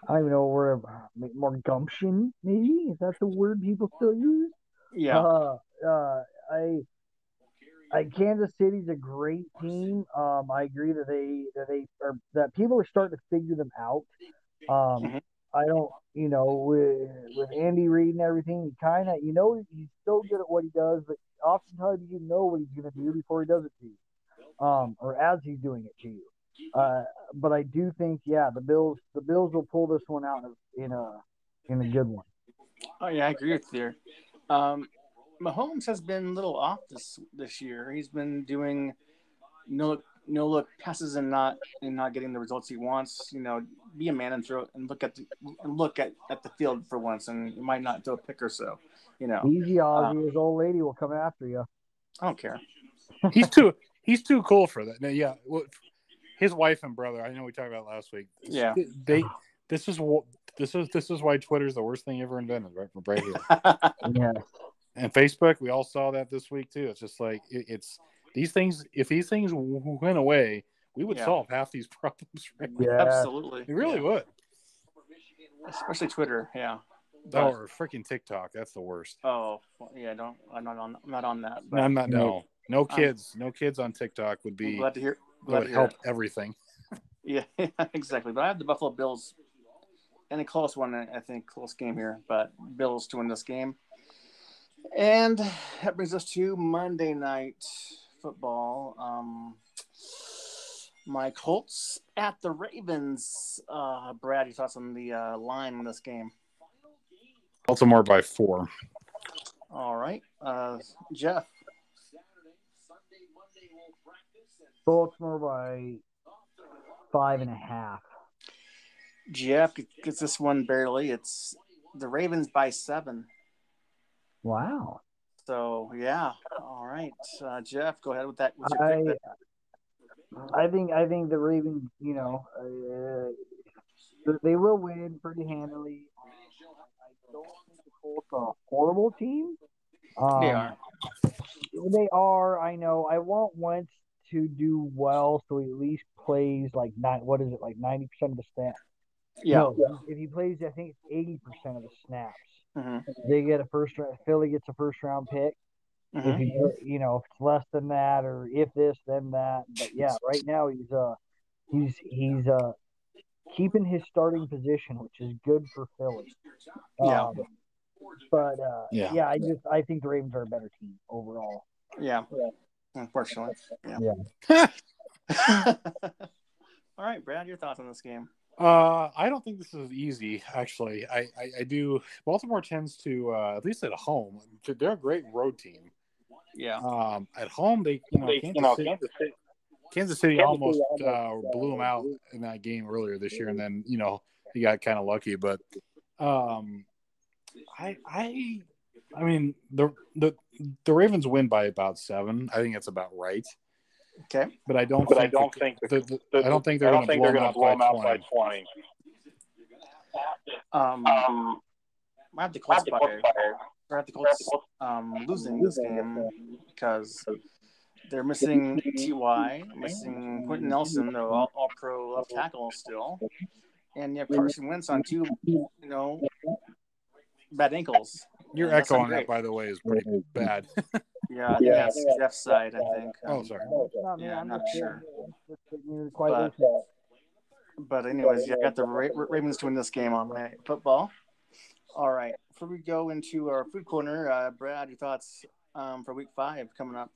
C: I don't even know where more gumption. Maybe is that the word people still use?
A: Yeah.
C: Uh, uh, I, I Kansas City's a great team. Um, I agree that they that they are that people are starting to figure them out. Um,
A: Mhm.
C: I don't, you know, with with Andy Reid and everything, he kind of, you know, he's so good at what he does, but oftentimes you know what he's going to do before he does it to you, um, or as he's doing it to you. Uh, but I do think, yeah, the Bills, the Bills will pull this one out in a in a, in a good one.
A: Oh yeah, I agree with you. there. Um, Mahomes has been a little off this this year. He's been doing no look no look passes and not and not getting the results he wants. You know, be a man and throw and look at the and look at, at the field for once, and you might not throw a pick or so. You know,
C: Easy Ozzy, his old lady will come after you.
A: I don't care.
B: he's too he's too cool for that. Now, yeah, well, his wife and brother. I know we talked about it last week.
A: Yeah.
B: they. This is what this is. This is why Twitter's the worst thing ever invented. Right from right here
C: Yeah.
B: and Facebook. We all saw that this week too. It's just like it, it's these things. If these things w- went away, we would
A: Yeah.
B: solve half these problems. Right? now.
C: Yeah.
A: Absolutely,
B: We really would.
A: especially Twitter. Yeah.
B: Oh,
A: But-
B: or freaking TikTok. That's the worst.
A: Oh yeah, don't I'm not on I'm not on that. But
B: I'm not. No. No kids, no kids on TikTok would be
A: glad to hear. Glad
B: would
A: to hear
B: help everything.
A: it. Yeah, exactly. But I have the Buffalo Bills in a close one. I I think close game here, but Bills to win this game. And that brings us to Monday night football. Um, my Colts at the Ravens. Uh, Brad, your thoughts on the uh, line in this game?
B: Baltimore by four.
A: All right, uh, Jeff.
C: Baltimore by five and a half.
A: Jeff gets this one barely. It's the Ravens by seven.
C: Wow.
A: So yeah, all right, uh, Jeff, go ahead with that. With your
C: I,
A: pick
C: I think I think the Ravens, you know, uh, they they will win pretty handily. Um, I don't think the Colts are a horrible team. Um,
A: there. they are.
C: They are. I know. I want Wentz to do well, so he at least plays like nine. What is it like ninety percent of the snaps?
A: Yeah.
C: No, if he plays, I think it's eighty percent of the snaps.
A: Mhm.
C: They get a first round. Philly gets a first round pick.
A: Mhm.
C: If you, you know, if it's less than that, or if this, then that. But yeah, right now he's uh he's he's uh keeping his starting position, which is good for Philly.
A: Yeah.
C: Um, but uh,
B: Yeah.
C: yeah. I just I think the Ravens are a better team overall.
A: Yeah. Unfortunately. Yeah. all right, Brad, your thoughts on this game?
B: Uh, I don't think this is easy. Actually, I, I, I do. Baltimore tends to, uh, at least at home, they're a great road team.
A: Yeah.
B: Um, at home, they you know Kansas, City, Kansas, City, almost, uh, blew them out in that game earlier this year, and then you know he got kind of lucky. But um, I I I mean the the the Ravens win by about seven. I think that's about right.
A: Okay.
B: But I don't.
F: But I
B: think
F: don't
B: the-
F: think
B: the, the- I don't think they're going to blow them
F: gonna
B: out by
F: them out by
B: twenty.
F: 20.
A: Um,
F: Um,
A: I have the
F: I
A: Colts
F: have the
A: by.
F: Colts by-
A: I have the Colts um, losing this game because they're missing Ty, missing Quentin Nelson, the all, all pro left tackle still, and you have Carson Wentz on two, you know, bad ankles.
B: Your
A: That's
B: echo
A: not
B: on that,
A: great.
B: by the way, is pretty bad.
A: Yeah,
F: Yeah.
A: yes, Jeff's side, I think.
B: oh,
A: Um,
B: sorry.
C: Not me,
A: Yeah, I'm not
C: just-
A: sure.
C: just sitting here Quite
A: But-
C: listening.
A: But anyways, yeah, I got the Ra- Ra- Ravens to win this game on my football. All right, before we go into our food corner, uh, Brad, your thoughts um, for Week Five coming up?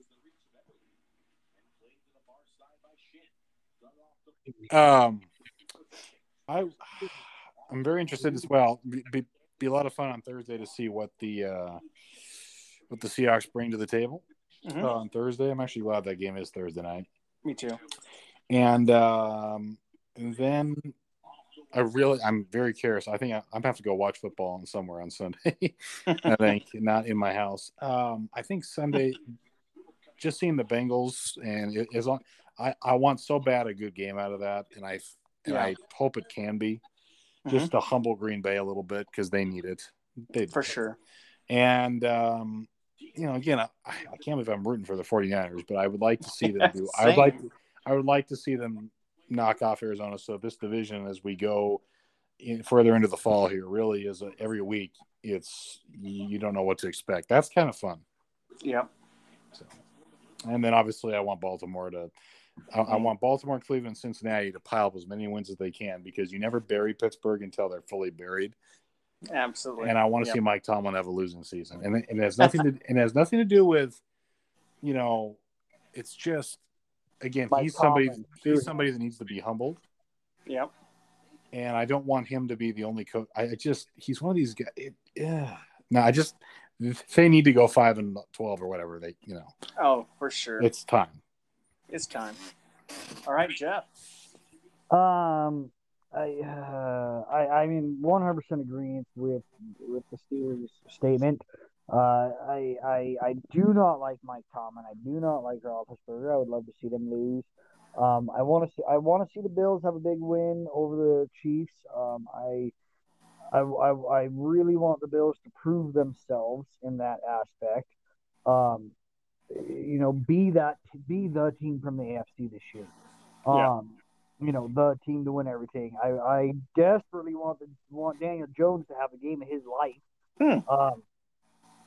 B: Um, I I'm very interested as well. Be, be, be a lot of fun on Thursday to see what the uh, what the Seahawks bring to the table
A: Mhm.
B: uh, on Thursday. I'm actually glad that game is Thursday night,
A: Me too.
B: and um, and then I really I'm very curious. I think I, I'm gonna have to go watch football on somewhere on Sunday. I think not in my house. Um, I think Sunday, just seeing the Bengals and it, as long I, I want so bad a good game out of that, and I and I hope it can be
A: Mm-hmm.
B: just to humble Green Bay a little bit because they need it. They
A: For sure.
B: and um, you know again I, I can't believe I'm rooting for the 49ers, but I would like to see them do. I would like
A: Same.
B: I would like to see them knock off Arizona. So this division, as we go in, further into the fall here, really is a, every week. It's you don't know what to expect. That's kind of fun.
A: Yep.
B: So, and then obviously, I want Baltimore to. I, I want Baltimore, Cleveland, Cincinnati to pile up as many wins as they can because you never bury Pittsburgh until they're fully buried.
A: Absolutely.
B: And I want to
A: Yep.
B: see Mike Tomlin have a losing season, and it, it has nothing to and it has nothing to do with, you know, it's just again
C: Mike
B: he's somebody
C: Tomlin,
B: he's
C: seriously.
B: somebody that needs to be humbled,
A: Yep.
B: and I don't want him to be the only coach. I I just he's one of these guys. It, yeah, no, I just they need to go five and twelve or whatever they you know
A: Oh, for sure.
B: it's time.
A: It's time. All right, Jeff.
C: Um, I, uh, I, I mean, one hundred percent agreement with with the Steelers' statement. Uh, I, I, I do not like Mike Tomlin. I do not like Roethlisberger. I would love to see them lose. Um, I want to see, I want to see the Bills have a big win over the Chiefs. Um, I, I, I, I really want the Bills to prove themselves in that aspect. Um, you know, be that, be the team from the AFC this year. Um,
A: Yeah.
C: you know, the team to win everything. I, I desperately want the, want Daniel Jones to have a game of his life.
A: Hmm.
C: Um,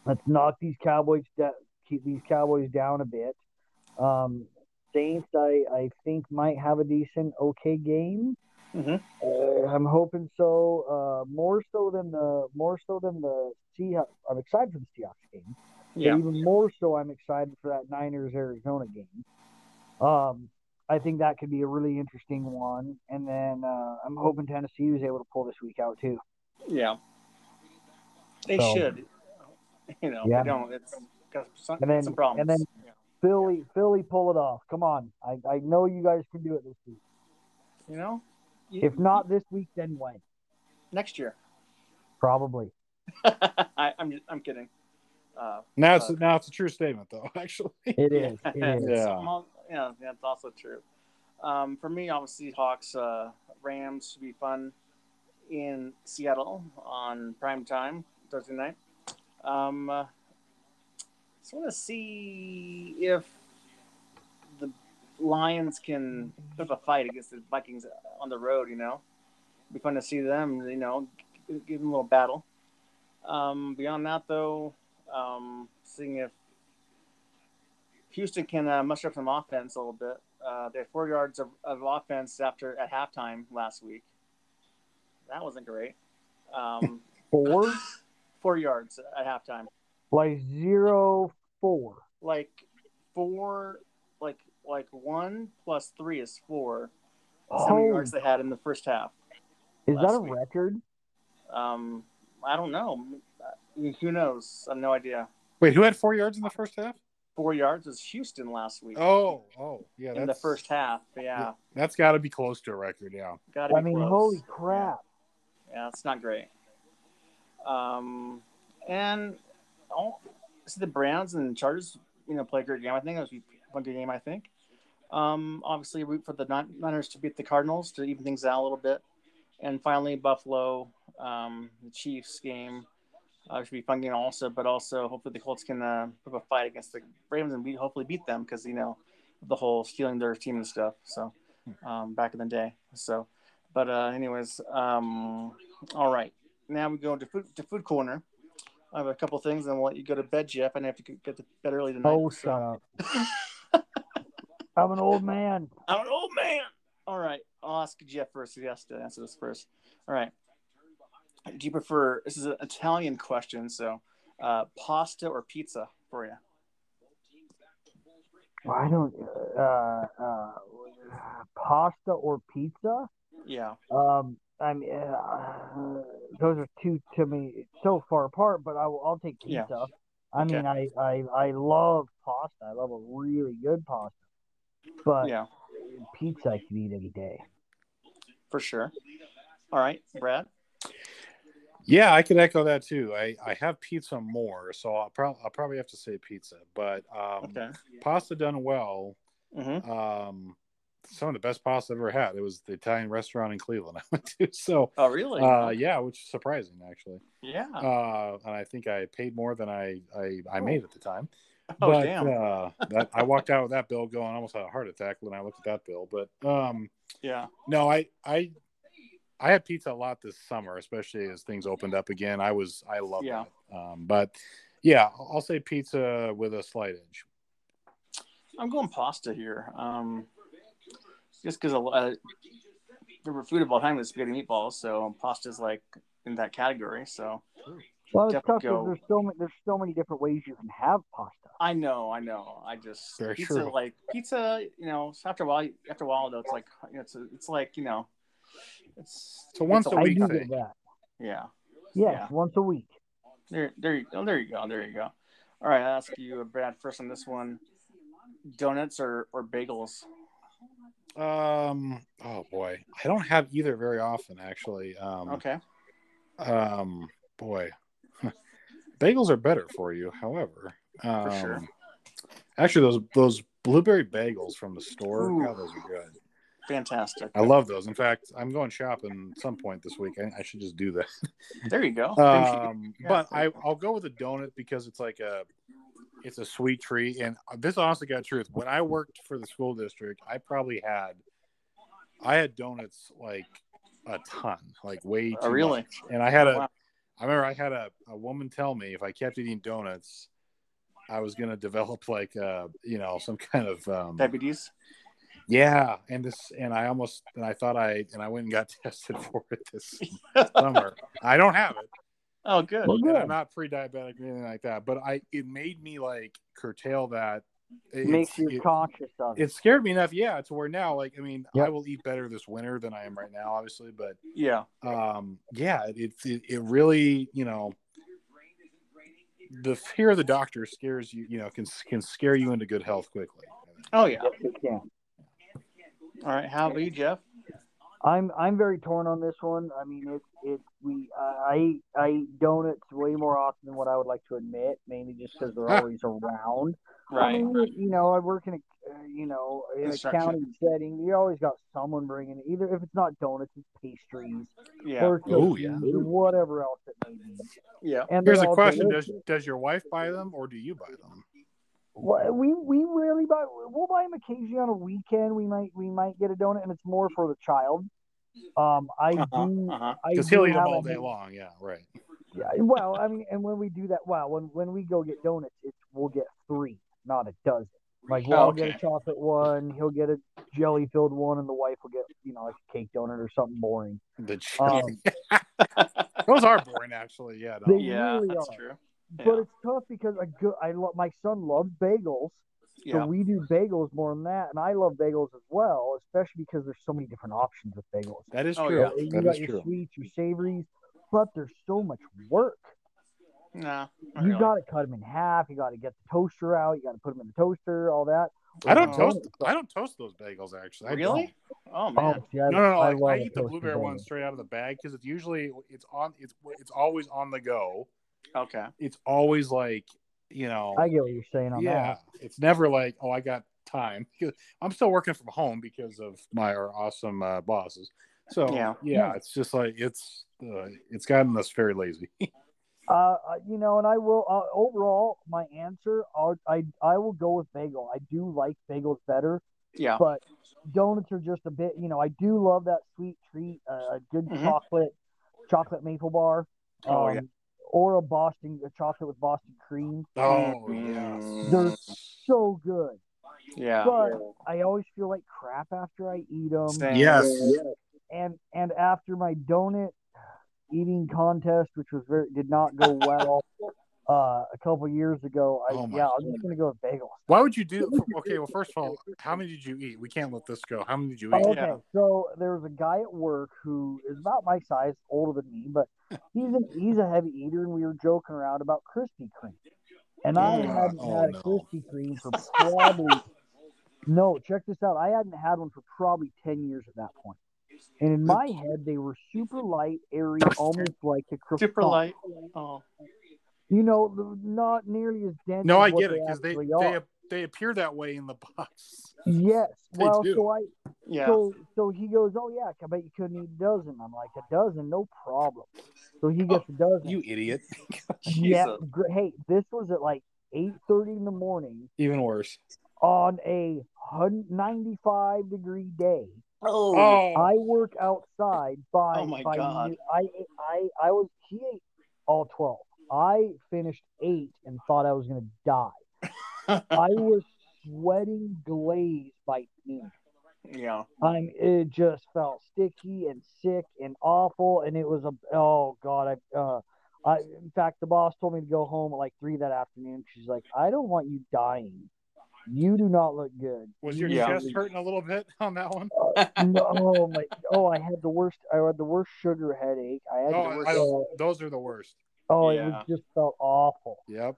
C: let's knock these Cowboys da- keep these Cowboys down a bit. Um, Saints, I, I think might have a decent, okay game.
A: Mhm.
C: Uh, I'm hoping so. Uh, more so than the more so than the Seahawks. I'm excited for the Seahawks game.
A: Yeah.
C: But even more so, I'm excited for that Niners Arizona game. Um, I think that could be a really interesting one. And then uh, I'm hoping Tennessee is able to pull this week out too.
A: Yeah. They
C: So-
A: should. You know,
C: Yeah.
A: they don't. It's got some,
C: And then-
A: some problems.
C: and then-
A: Yeah.
C: Philly, Philly, pull it off. Come on, I, I know you guys can do it this week.
A: you know, You-
C: If not this week, then when?
A: next year.
C: Probably.
A: I, I'm I'm kidding. Uh,
B: Now it's
A: Uh,
B: now it's a true statement though. Actually,
C: It is. It is.
B: Yeah.
A: I'm all- yeah, that's also true. Um, for me, obviously, Hawks, uh, Rams would be fun in Seattle on prime time Thursday night. Um, uh, just want to see if the Lions can put up a fight against the Vikings on the road. You know, be fun to see them. You know, g- give them a little battle. Um, beyond that, though, um, seeing if Houston can uh, muster up some offense a little bit. Uh, they had four yards of, of offense after at halftime last week. That wasn't great. Um,
C: Four,
A: four yards at halftime,
C: like zero four.
A: like four, like like one plus three is four. That's How many
C: Oh,
A: yards
C: is
A: they had in the first half?
C: that a
A: last week.
C: record?
A: Um, I don't know. Who knows? I have no idea.
B: wait, who had four yards in the first half?
A: Four yards was Houston last week.
B: Oh, oh, yeah.
A: in the
B: that's-
A: first half. Yeah,
B: That's got to be close to a record. Yeah.
A: got to be
C: I mean,
A: close.
C: holy
A: Yeah.
C: crap!
A: Yeah, it's not great. Um, and oh, see the Browns and Chargers, you know, play a great game. I think that was one good game. I think. Um, obviously, root for the Nin- Niners to beat the Cardinals to even things out a little bit, and finally Buffalo, um, the Chiefs game. Uh, should be a fun game also, but also hopefully the Colts can uh, put up a fight against the Ravens and beat, hopefully beat them because you know the whole stealing their team and stuff. So um, back in the day. So, but uh, anyways, um, all right. Now we go into food, to food corner. I have a couple things, and we'll let you go to bed, Jeff. And I have to get to bed early tonight.
C: Oh, shut up! I'm an old man.
A: I'm an old man. All right, I'll ask Jeff first. He has to answer this first. All right. Do you prefer? This is an Italian question, so uh, pasta or pizza for you?
C: I don't. Uh, uh, pasta or pizza?
A: Yeah.
C: Um, I mean, uh, those are two to me so far apart, but I will, I'll take
A: Yeah.
C: pizza. I
A: Okay.
C: mean, I, I I love pasta. I love a really good pasta,
B: Uh,
C: but
A: Yeah,
C: pizza I can eat any day.
A: for sure. All right, Brad.
B: Yeah, I could echo that too. I, I have pizza more, so I'll, prob- I'll probably have to say pizza, but um,
A: Okay.
B: pasta done well.
A: Mm-hmm.
B: Um, some of the best pasta I've ever had. It was the Italian restaurant in Cleveland I went to. So,
A: Oh, really?
B: uh, yeah, which is surprising actually.
A: yeah.
B: Uh, and I think I paid more than I, I, I made at the time.
A: Oh,
B: but,
A: damn.
B: Uh, that, I walked out with that bill going, I almost had a heart attack when I looked at that bill. But um,
A: yeah.
B: no, I I I had pizza a lot this summer, especially as things opened up again. I was I love
A: Yeah.
B: that. Um, but yeah, I'll say pizza with a slight edge.
A: I'm going pasta here. Um, just because uh, favorite food of all time is spaghetti and meatballs, so pasta's like in that category. So
C: Well, it's
A: Def-
C: tough
A: go.
C: because there's so many there's so many different ways you can have pasta.
A: I know, I know. I just
B: Very
A: pizza
B: true.
A: like pizza. You know, after a while, after a while though, it's like you know, it's it's like you know, it's
B: So once
A: it's
B: a
C: I
B: week
C: do
B: thing.
C: get that.
A: Yeah,
C: Yes,
A: Yeah.
C: once a week.
A: there, there, you, oh, there you go, there you go. All right, I'll ask you, uh, Brad, first on this one: donuts or or bagels?
B: Um, oh boy, I don't have either very often actually. Um,
A: Okay,
B: um, boy, bagels are better for you. However, um,
A: sure.
B: actually those those blueberry bagels from the store,
A: Ooh.
B: God, those are good.
A: fantastic.
B: I love those. In fact, I'm going shopping at some point this week. I, I should just do that.
A: There you go.
B: Um,
A: Yeah.
B: but I, I'll go with a donut because it's like a it's a sweet treat. And this honestly got truth. When I worked for the school district, I probably had I had donuts like a ton, like way too
A: Oh, really?
B: much. And I had a I
A: Wow.
B: remember I had a, a woman tell me if I kept eating donuts, I was gonna develop like uh you know some kind of um,
A: Diabetes.
B: yeah, and this and I almost and I thought I and I went and got tested for it this summer. I don't have it.
A: Oh, good.
F: Well,
B: and
F: good.
B: I'm not pre-diabetic or anything like that, but I it made me like curtail that. It,
C: Makes you
B: it,
C: conscious of it.
B: it scared me enough, yeah, to where now, like, I mean,
F: Yep.
B: I will eat better this winter than I am right now, obviously, but
A: Yeah.
B: um, yeah, it, it- it it really, you know, the fear of the doctor scares you, you know, can can scare you into good health quickly.
A: Oh, yeah.
C: Yes, it can.
A: All right. How about you, Jeff?
C: I'm I'm very torn on this one. I mean, it it we I I eat donuts way more often than what I would like to admit, mainly just because they're always around. I
A: Right.
C: mean, you know, I work in a uh, you know in a
A: Construction.
C: county setting. You always got someone bringing it. either if it's not donuts, it's pastries
A: Yeah.
C: or
B: Oh, yeah.
C: cookies or whatever else it may be.
A: Yeah.
C: And
B: Here's
C: they're
B: a
C: all
B: question:
C: delicious.
B: Does does your wife buy them or do you buy them?
C: Well, we we really buy we'll buy them occasionally on a weekend. We might we might get a donut, and it's more for the child. Um, I
A: Uh-huh.
C: do
A: Uh-huh.
C: I
B: Because
C: do
B: he'll eat them
C: have
B: all
C: a
B: day
C: hand-
B: long. Yeah, right.
C: Yeah, well, I mean, and when we do that, wow, when when we go get donuts, it's we'll get three, not a dozen. Like, well,
A: Oh,
C: I'll get
A: okay.
C: a chocolate one, he'll get a jelly filled one, and the wife will get, you know, like a cake donut or something boring.
B: The
C: Um,
B: those are boring, actually. Yeah, no.
C: They
A: Yeah.
C: really
A: That's
C: are.
A: true.
C: But
A: Yeah.
C: it's tough because I go, I love my son loves bagels, so
A: Yeah.
C: we do bagels more than that, and I love bagels as well, especially because there's so many different options with bagels.
B: that is
A: Oh,
B: true.
A: yeah.
C: You
B: That
C: got
B: is
C: your
B: true.
C: sweets, your savories, but there's so much work.
A: Nah. not
C: you
A: really.
C: got to cut them in half. You got to get the toaster out. You got to put them in the toaster. All that.
B: I don't
A: Oh.
B: toast. I don't toast those bagels actually. I don't.
A: Really? Oh
C: Oh,
A: man.
C: see, I,
B: No, no, no.
C: I
B: Like, I,
C: love a
B: eat the
C: toaster
B: blueberry
C: bagel.
B: one straight out of the bag because it's usually it's on it's it's always on the go.
A: Okay.
B: It's always like you know,
C: I get what you're saying on
B: yeah. It's never like oh I got time because I'm still working from home because of my our awesome uh, bosses. So yeah,
A: Yeah.
B: it's just like it's uh, it's gotten us very lazy.
C: that. Uh, uh, you know, and I will uh, overall my answer. I'll, I I will go with bagel. I do like bagels better.
A: Yeah.
C: But donuts are just a bit. You know, I do love that sweet treat. Uh, a good
A: Mhm.
C: chocolate, chocolate maple bar. Um,
A: Oh, yeah.
C: Or a Boston a chocolate with Boston cream.
B: oh
A: Mm.
B: yeah,
C: They're so good.
A: Yeah.
C: But I always feel like crap after I eat them.
A: Same.
B: yes.
C: and and after my donut eating contest, which was very did not go well uh, a couple years ago, I
B: Oh my
C: yeah, I'm just gonna go with bagels.
B: Why would you do? Okay, well, first of all, how many did you eat? We can't let this go. How many did you eat?
C: Oh, okay,
A: Yeah.
C: so there was a guy at work who is about my size, older than me, but he's an he's a heavy eater, and we were joking around about Krispy Kreme, and I
B: Oh, God.
C: hadn't
B: Oh,
C: had
B: no.
C: a Krispy Kreme for probably no. Check this out, I hadn't had one for probably ten years at that point. And in my head, they were super light, airy, almost like a croissant.
A: Super light. Oh.
C: you know, th- not nearly as dense.
B: No,
C: as
B: I
C: what
B: get it because they
C: actually
B: they,
C: are.
B: they appear that way in the box.
C: Yes.
B: they
C: well,
B: do.
C: so I
A: Yeah.
C: so so he goes, oh yeah, I bet you couldn't eat a dozen. I'm like a dozen, no problem. So he gets a dozen.
B: idiot!
C: yeah.
A: Jesus.
C: gr- Hey, this was at like eight thirty in the morning
B: Even worse.
C: on a hun- 95 degree day.
A: Oh.
B: Oh,
C: I work outside by
A: Oh, my
C: by
A: God.
C: noon. I I I was he ate all twelve. I finished eight and thought I was gonna die. I was sweating glaze by noon.
A: Yeah.
C: I'm it just felt sticky and sick and awful, and it was a oh god. I uh, I in fact the boss told me to go home at like three that afternoon. She's like, I don't want you dying. You do not look good.
B: was your
A: Yeah.
B: chest hurting a little bit on that one?
C: No, oh my, oh, I had the worst. I had the worst sugar headache. I had the
B: Oh,
C: worst.
B: I,
C: oh,
B: those are the worst.
C: oh, it
A: Yeah.
C: was just felt awful.
B: Yep.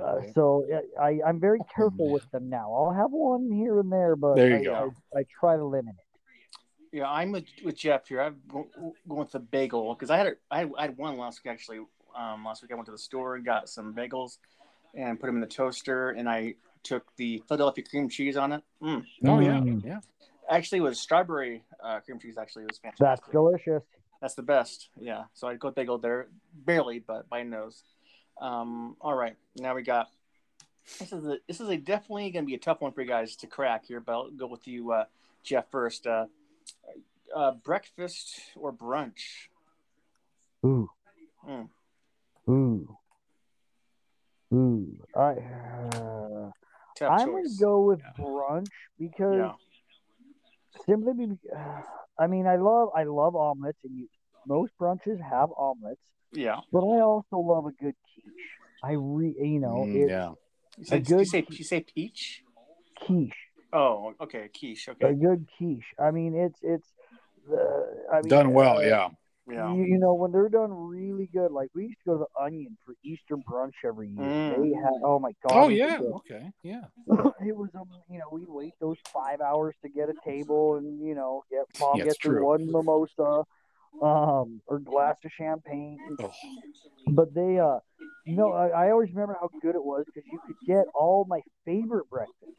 C: Uh,
B: Yeah.
C: so yeah, I, I'm very careful
B: Oh, man.
C: with them now. I'll have one here and there, but
B: There you
C: I,
A: go.
C: I, I try to limit it.
A: Yeah, I'm with, with Jeff here. I'm go- going with the bagel because I had a, I, I had one last week actually. Um, last week I went to the store and got some bagels and put them in the toaster, and I took the Philadelphia cream cheese on it. Mm.
B: Oh yeah,
C: Mm,
B: yeah.
A: Actually, it was strawberry uh, cream cheese. Actually, it was
C: that's
A: fantastic.
C: delicious.
A: That's the best. Yeah. So I'd go bagel there, barely, but by nose. Um, all right. Now we got this is a this is a definitely going to be a tough one for you guys to crack here, but I'll go with you, uh, Jeff first. Uh, uh, breakfast or brunch?
B: Hmm.
C: Ooh,
A: Mm.
C: ooh. Ooh, I uh,
A: Tough
C: I'm gonna
A: choice.
C: go with
B: Yeah.
C: brunch because
A: Yeah.
C: simply be, I mean I love I love omelets and you, most brunches have omelets,
A: Yeah.
C: but I also love a good quiche. I re you know
B: Mm,
C: it,
B: yeah.
A: You say,
C: A
A: did you
C: good-
A: say you say peach?
C: quiche
A: Oh, okay, quiche.
C: a
A: Okay.
C: good quiche. I mean it's it's uh, I mean,
B: Done well.
C: uh,
B: yeah.
A: Yeah.
C: You, you know, when they're done really good, like we used to go to the Onion for Easter brunch every year.
A: Mm.
C: They had, oh my god!
B: Oh
C: it was
B: yeah.
C: good.
B: Okay. Yeah.
C: it was um, you know we'd wait those five hours to get a table and you know get mom
B: Yeah, it's
C: gets her
B: true.
C: one mimosa um or glass of champagne
B: Ugh.
C: but they uh you know I, I always remember how good it was because you could get all my favorite breakfast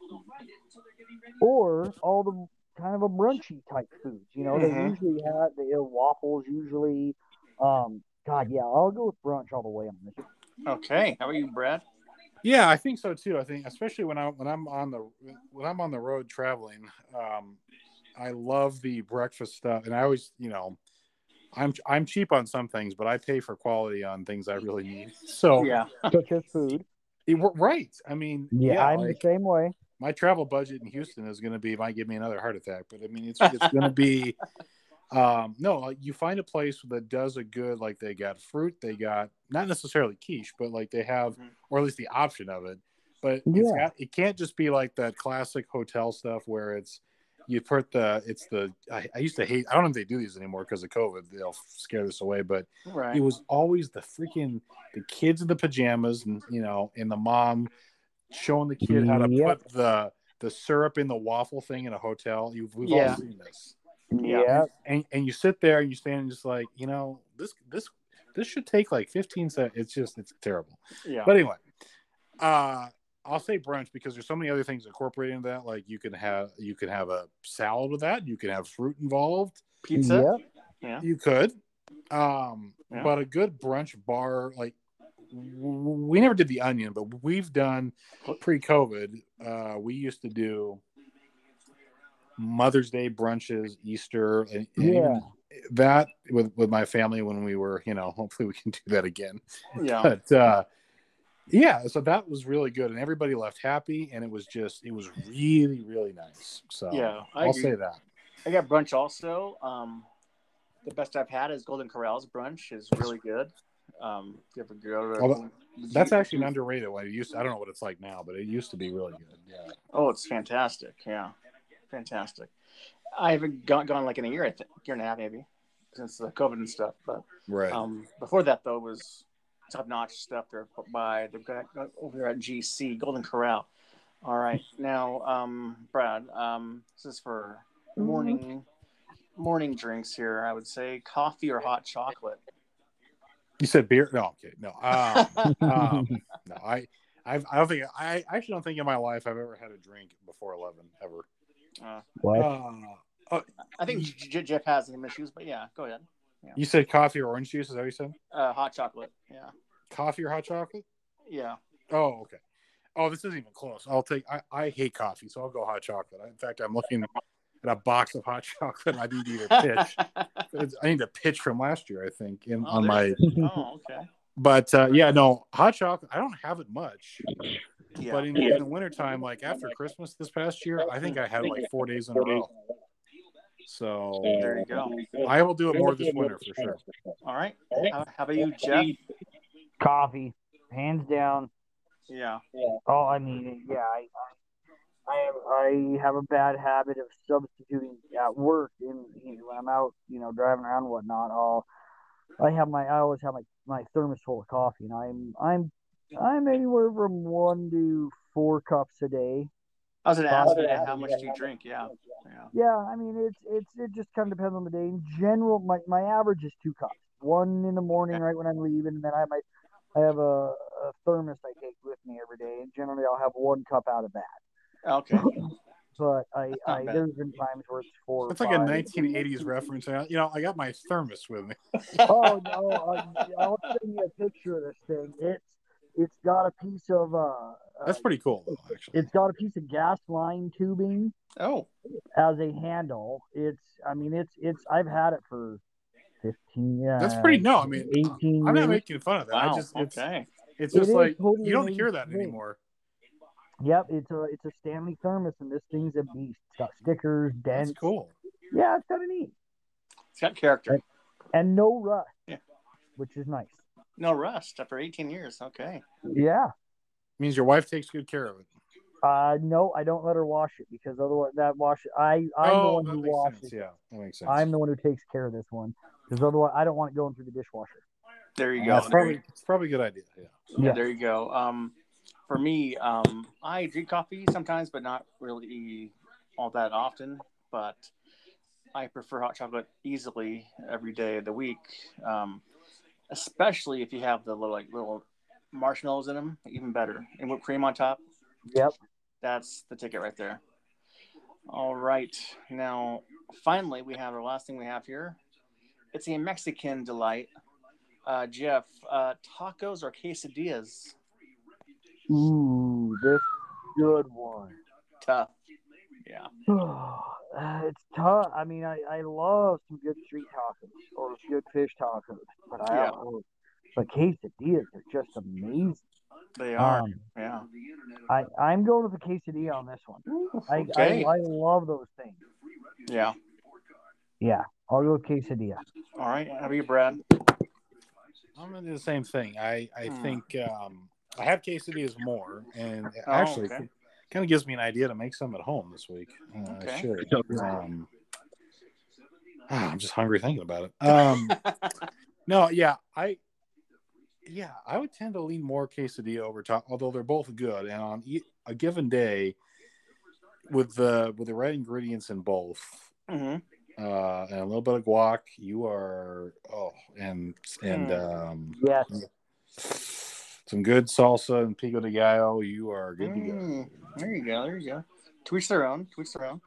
C: or all the kind of a brunchy type foods you know they
A: Mhm.
C: usually had the uh, waffles usually um god yeah i'll go with brunch all the way on this one.
A: Okay. How about you, Brad?
B: Yeah, I think so too. I think especially when I when I'm on the when I'm on the road traveling, um, I love the breakfast stuff, and I always, you know, I'm I'm cheap on some things, but I pay for quality on things I really need. So
A: Yeah.
C: such as food
B: it- we're right. I mean,
C: yeah,
B: yeah,
C: i'm
B: like,
C: the same way
B: my travel budget in Houston is going to be might give me another heart attack, but I mean, it's it's going to be. Um, no, like, you find a place that does a good like they got fruit, they got not necessarily quiche, but like they have
A: Mhm.
B: or at least the option of it. But it's
C: Yeah.
B: got it can't just be like that classic hotel stuff where it's you put the it's the I, I used to hate I don't know if they do these anymore because of COVID they'll scare this away, but
A: Right.
B: it was always the freaking the kids in the pajamas and you know and the mom showing the kid how to
C: Yep.
B: put the the syrup in the waffle thing in a hotel. You, we've
A: Yeah.
B: all seen this,
A: Yeah.
C: yeah.
B: and and you sit there and you stand and just like you know this this this should take like 15 seconds. It's just it's terrible.
A: Yeah.
B: But anyway, uh, I'll say brunch because there's so many other things incorporated into that. Like you can have you can have a salad with that. You can have fruit involved.
A: Pizza.
C: Yep.
B: You could. Um,
A: Yeah.
B: but a good brunch bar, like w- we never did the onion, but we've done pre-COVID. Uh, we used to do Mother's Day brunches, Easter, and, and even that with with my family when we were, you know, hopefully we can do that again.
A: Yeah.
B: But uh, yeah, so that was really good, and everybody left happy, and it was just it was really really nice. So
A: Yeah, I
B: I'll
A: agree.
B: say that.
A: I got brunch also. Um, the best I've had is Golden Corral's brunch is really good. Um, if you ever go to
B: Although, That's actually an underrated one. It used I don't know what it's like now, but it used to be really good. Yeah.
A: Oh, it's fantastic. Yeah, fantastic. I haven't gone, gone like in a year, I think, year and a half maybe, since the COVID and stuff. But
B: Right.
A: um, before that though was top notch stuff there by the guy over there at GC Golden Corral. All right, now um, Brad, um, this is for morning morning drinks here. I would say coffee or hot chocolate.
B: you said beer? No, I'm kidding. No. Um, um, no, I I've, I don't think I I actually don't think in my life I've ever had a drink before 11 ever.
A: Uh,
C: What?
B: Uh,
A: I think J- J- Jeff has some issues, but yeah, go ahead.
B: you said coffee or orange juice, is that what you said?
A: Uh, hot chocolate. Yeah,
B: Coffee or hot chocolate?
A: yeah.
B: Oh, okay. Oh, this isn't even close. I'll take I, I hate coffee, so I'll go hot chocolate. In fact, I'm looking at a box of hot chocolate. I need to either pitch. It's- I need a pitch from last year, I think, in,
A: Oh,
B: on
A: there
B: my
A: it oh, okay.
B: but uh, yeah, no, hot chocolate. I don't have it much,
A: Yeah.
B: but in, in the wintertime, like after Christmas this past year, I think I had it like four days in a row. So
A: there you go.
B: I will do it more this winter for sure.
A: All right. How, how about you, Jeff?
C: Coffee, hands down.
A: Yeah.
C: Oh, I mean, yeah, I, I, I have, I have a bad habit of substituting at work, and you know, when I'm out, you know, driving around and whatnot, I'll, I have my, I always have my, my thermos full of coffee, and I'm, I'm, I'm anywhere from one to four cups a day.
A: I was going to ask you how much do you drink? Yeah. Yeah.
C: Yeah, I mean, it's, it's, it just kind of depends on the day. In general, my, my average is two cups. One in the morning, right when I'm leaving, and then I might, I have a, a thermos I take with me every day, and generally I'll have one cup out of that.
A: Okay.
C: but I,
A: not
C: I
A: bad.
C: there's been times where it's four. or
B: That's like a
C: five.
B: 1980s reference. and I- You know, I got my thermos with me.
C: Oh no! I, I'll send you a picture of this thing. It's it's got a piece of uh,
B: That's pretty cool, though. Actually,
C: it's got a piece of gas line tubing
A: Oh,
C: as a handle. It's I mean it's it's I've had it for fifteen. Yeah,
B: that's pretty. No, I mean,
C: eighteen.
B: I'm not
C: years.
B: making fun of that.
A: wow.
B: I just it's
A: okay.
B: It's
C: It
B: just
C: is
B: like
C: totally
B: you don't
C: what
B: hear
C: you
B: that
C: think.
B: anymore.
C: Yep, it's a it's a Stanley thermos, and this thing's a beast. It's got stickers,
B: That's
C: dents.
B: cool.
C: Yeah, it's kind of neat,
A: It's got character.
C: and no rust,
A: Yeah.
C: which is nice.
A: No rust after 18 years. Okay.
C: Yeah.
B: means your wife takes good care of it.
C: Uh, no, I don't let her wash it because otherwise that wash I I'm the one
B: Oh, that
C: who
B: makes
C: washes.
B: sense. Yeah, that makes sense.
C: I'm the one who takes care of this one because otherwise I don't want it going through the dishwasher.
A: There you go.
B: That's probably it's probably a good idea. Yeah.
A: Yeah,
C: Yeah.
A: there you go. Um, for me, um, I drink coffee sometimes, but not really all that often. But I prefer hot chocolate easily every day of the week, um, especially if you have the little like little marshmallows in them, even better, and whipped cream on top.
C: Yep.
A: That's the ticket right there. All right, now finally we have our last thing we have here. It's a Mexican delight. Uh, Jeff, uh, tacos or quesadillas?
C: Ooh, this good one.
A: tough. Yeah.
C: Uh, it's tough. I mean, I, I love some good street tacos or good fish tacos, but I
A: Yeah.
C: don't. But quesadillas are just amazing.
A: They are.
C: Um,
A: yeah.
C: I I'm going with the quesadilla on this one. I,
A: Okay.
C: I I love those things.
A: yeah.
C: Yeah, I'll go with quesadilla.
A: All right. How about you, Brad?
B: I'm gonna do the same thing. I I
A: Hmm.
B: think um, I have quesadillas more, and it
A: Oh,
B: actually
A: okay.
B: kind of gives me an idea to make some at home this week. Uh,
A: Okay.
B: I should. Um, ah, I'm just hungry thinking about it. Um, no, yeah, I yeah I would tend to lean more quesadilla over top, although they're both good. And on e- a given day, with the with the right ingredients in both,
A: hmm
B: uh, and a little bit of guac. You are oh, and and
A: Mm.
B: um,
C: Yes.
B: some good salsa and pico de gallo. You are good to go.
A: Mm, There you go. There you go. To each their own. To each their own.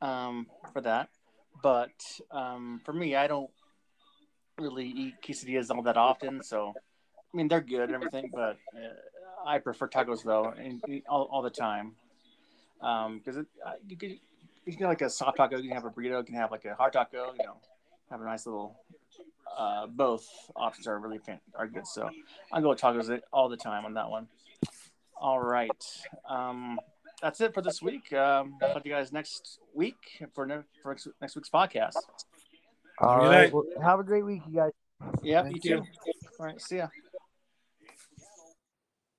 A: Um, for that. But um, for me, I don't really eat quesadillas all that often. So, I mean, they're good and everything, but uh, I prefer tacos though, and and all, all the time. Um, because uh, you could you can get like a soft taco, you can have a burrito, you can have like a hard taco. You know, have a nice little. Uh, both options are really fan- are good. So, I go with tacos all the time on that one. All right. Um, that's it for this week. Um, I'll talk to you guys next week for, ne- for next- next week's podcast.
C: All
B: Good
C: right.
B: night.
C: Well, have a great week, you guys.
A: Yeah,
B: Thank
A: you too. All right. See ya.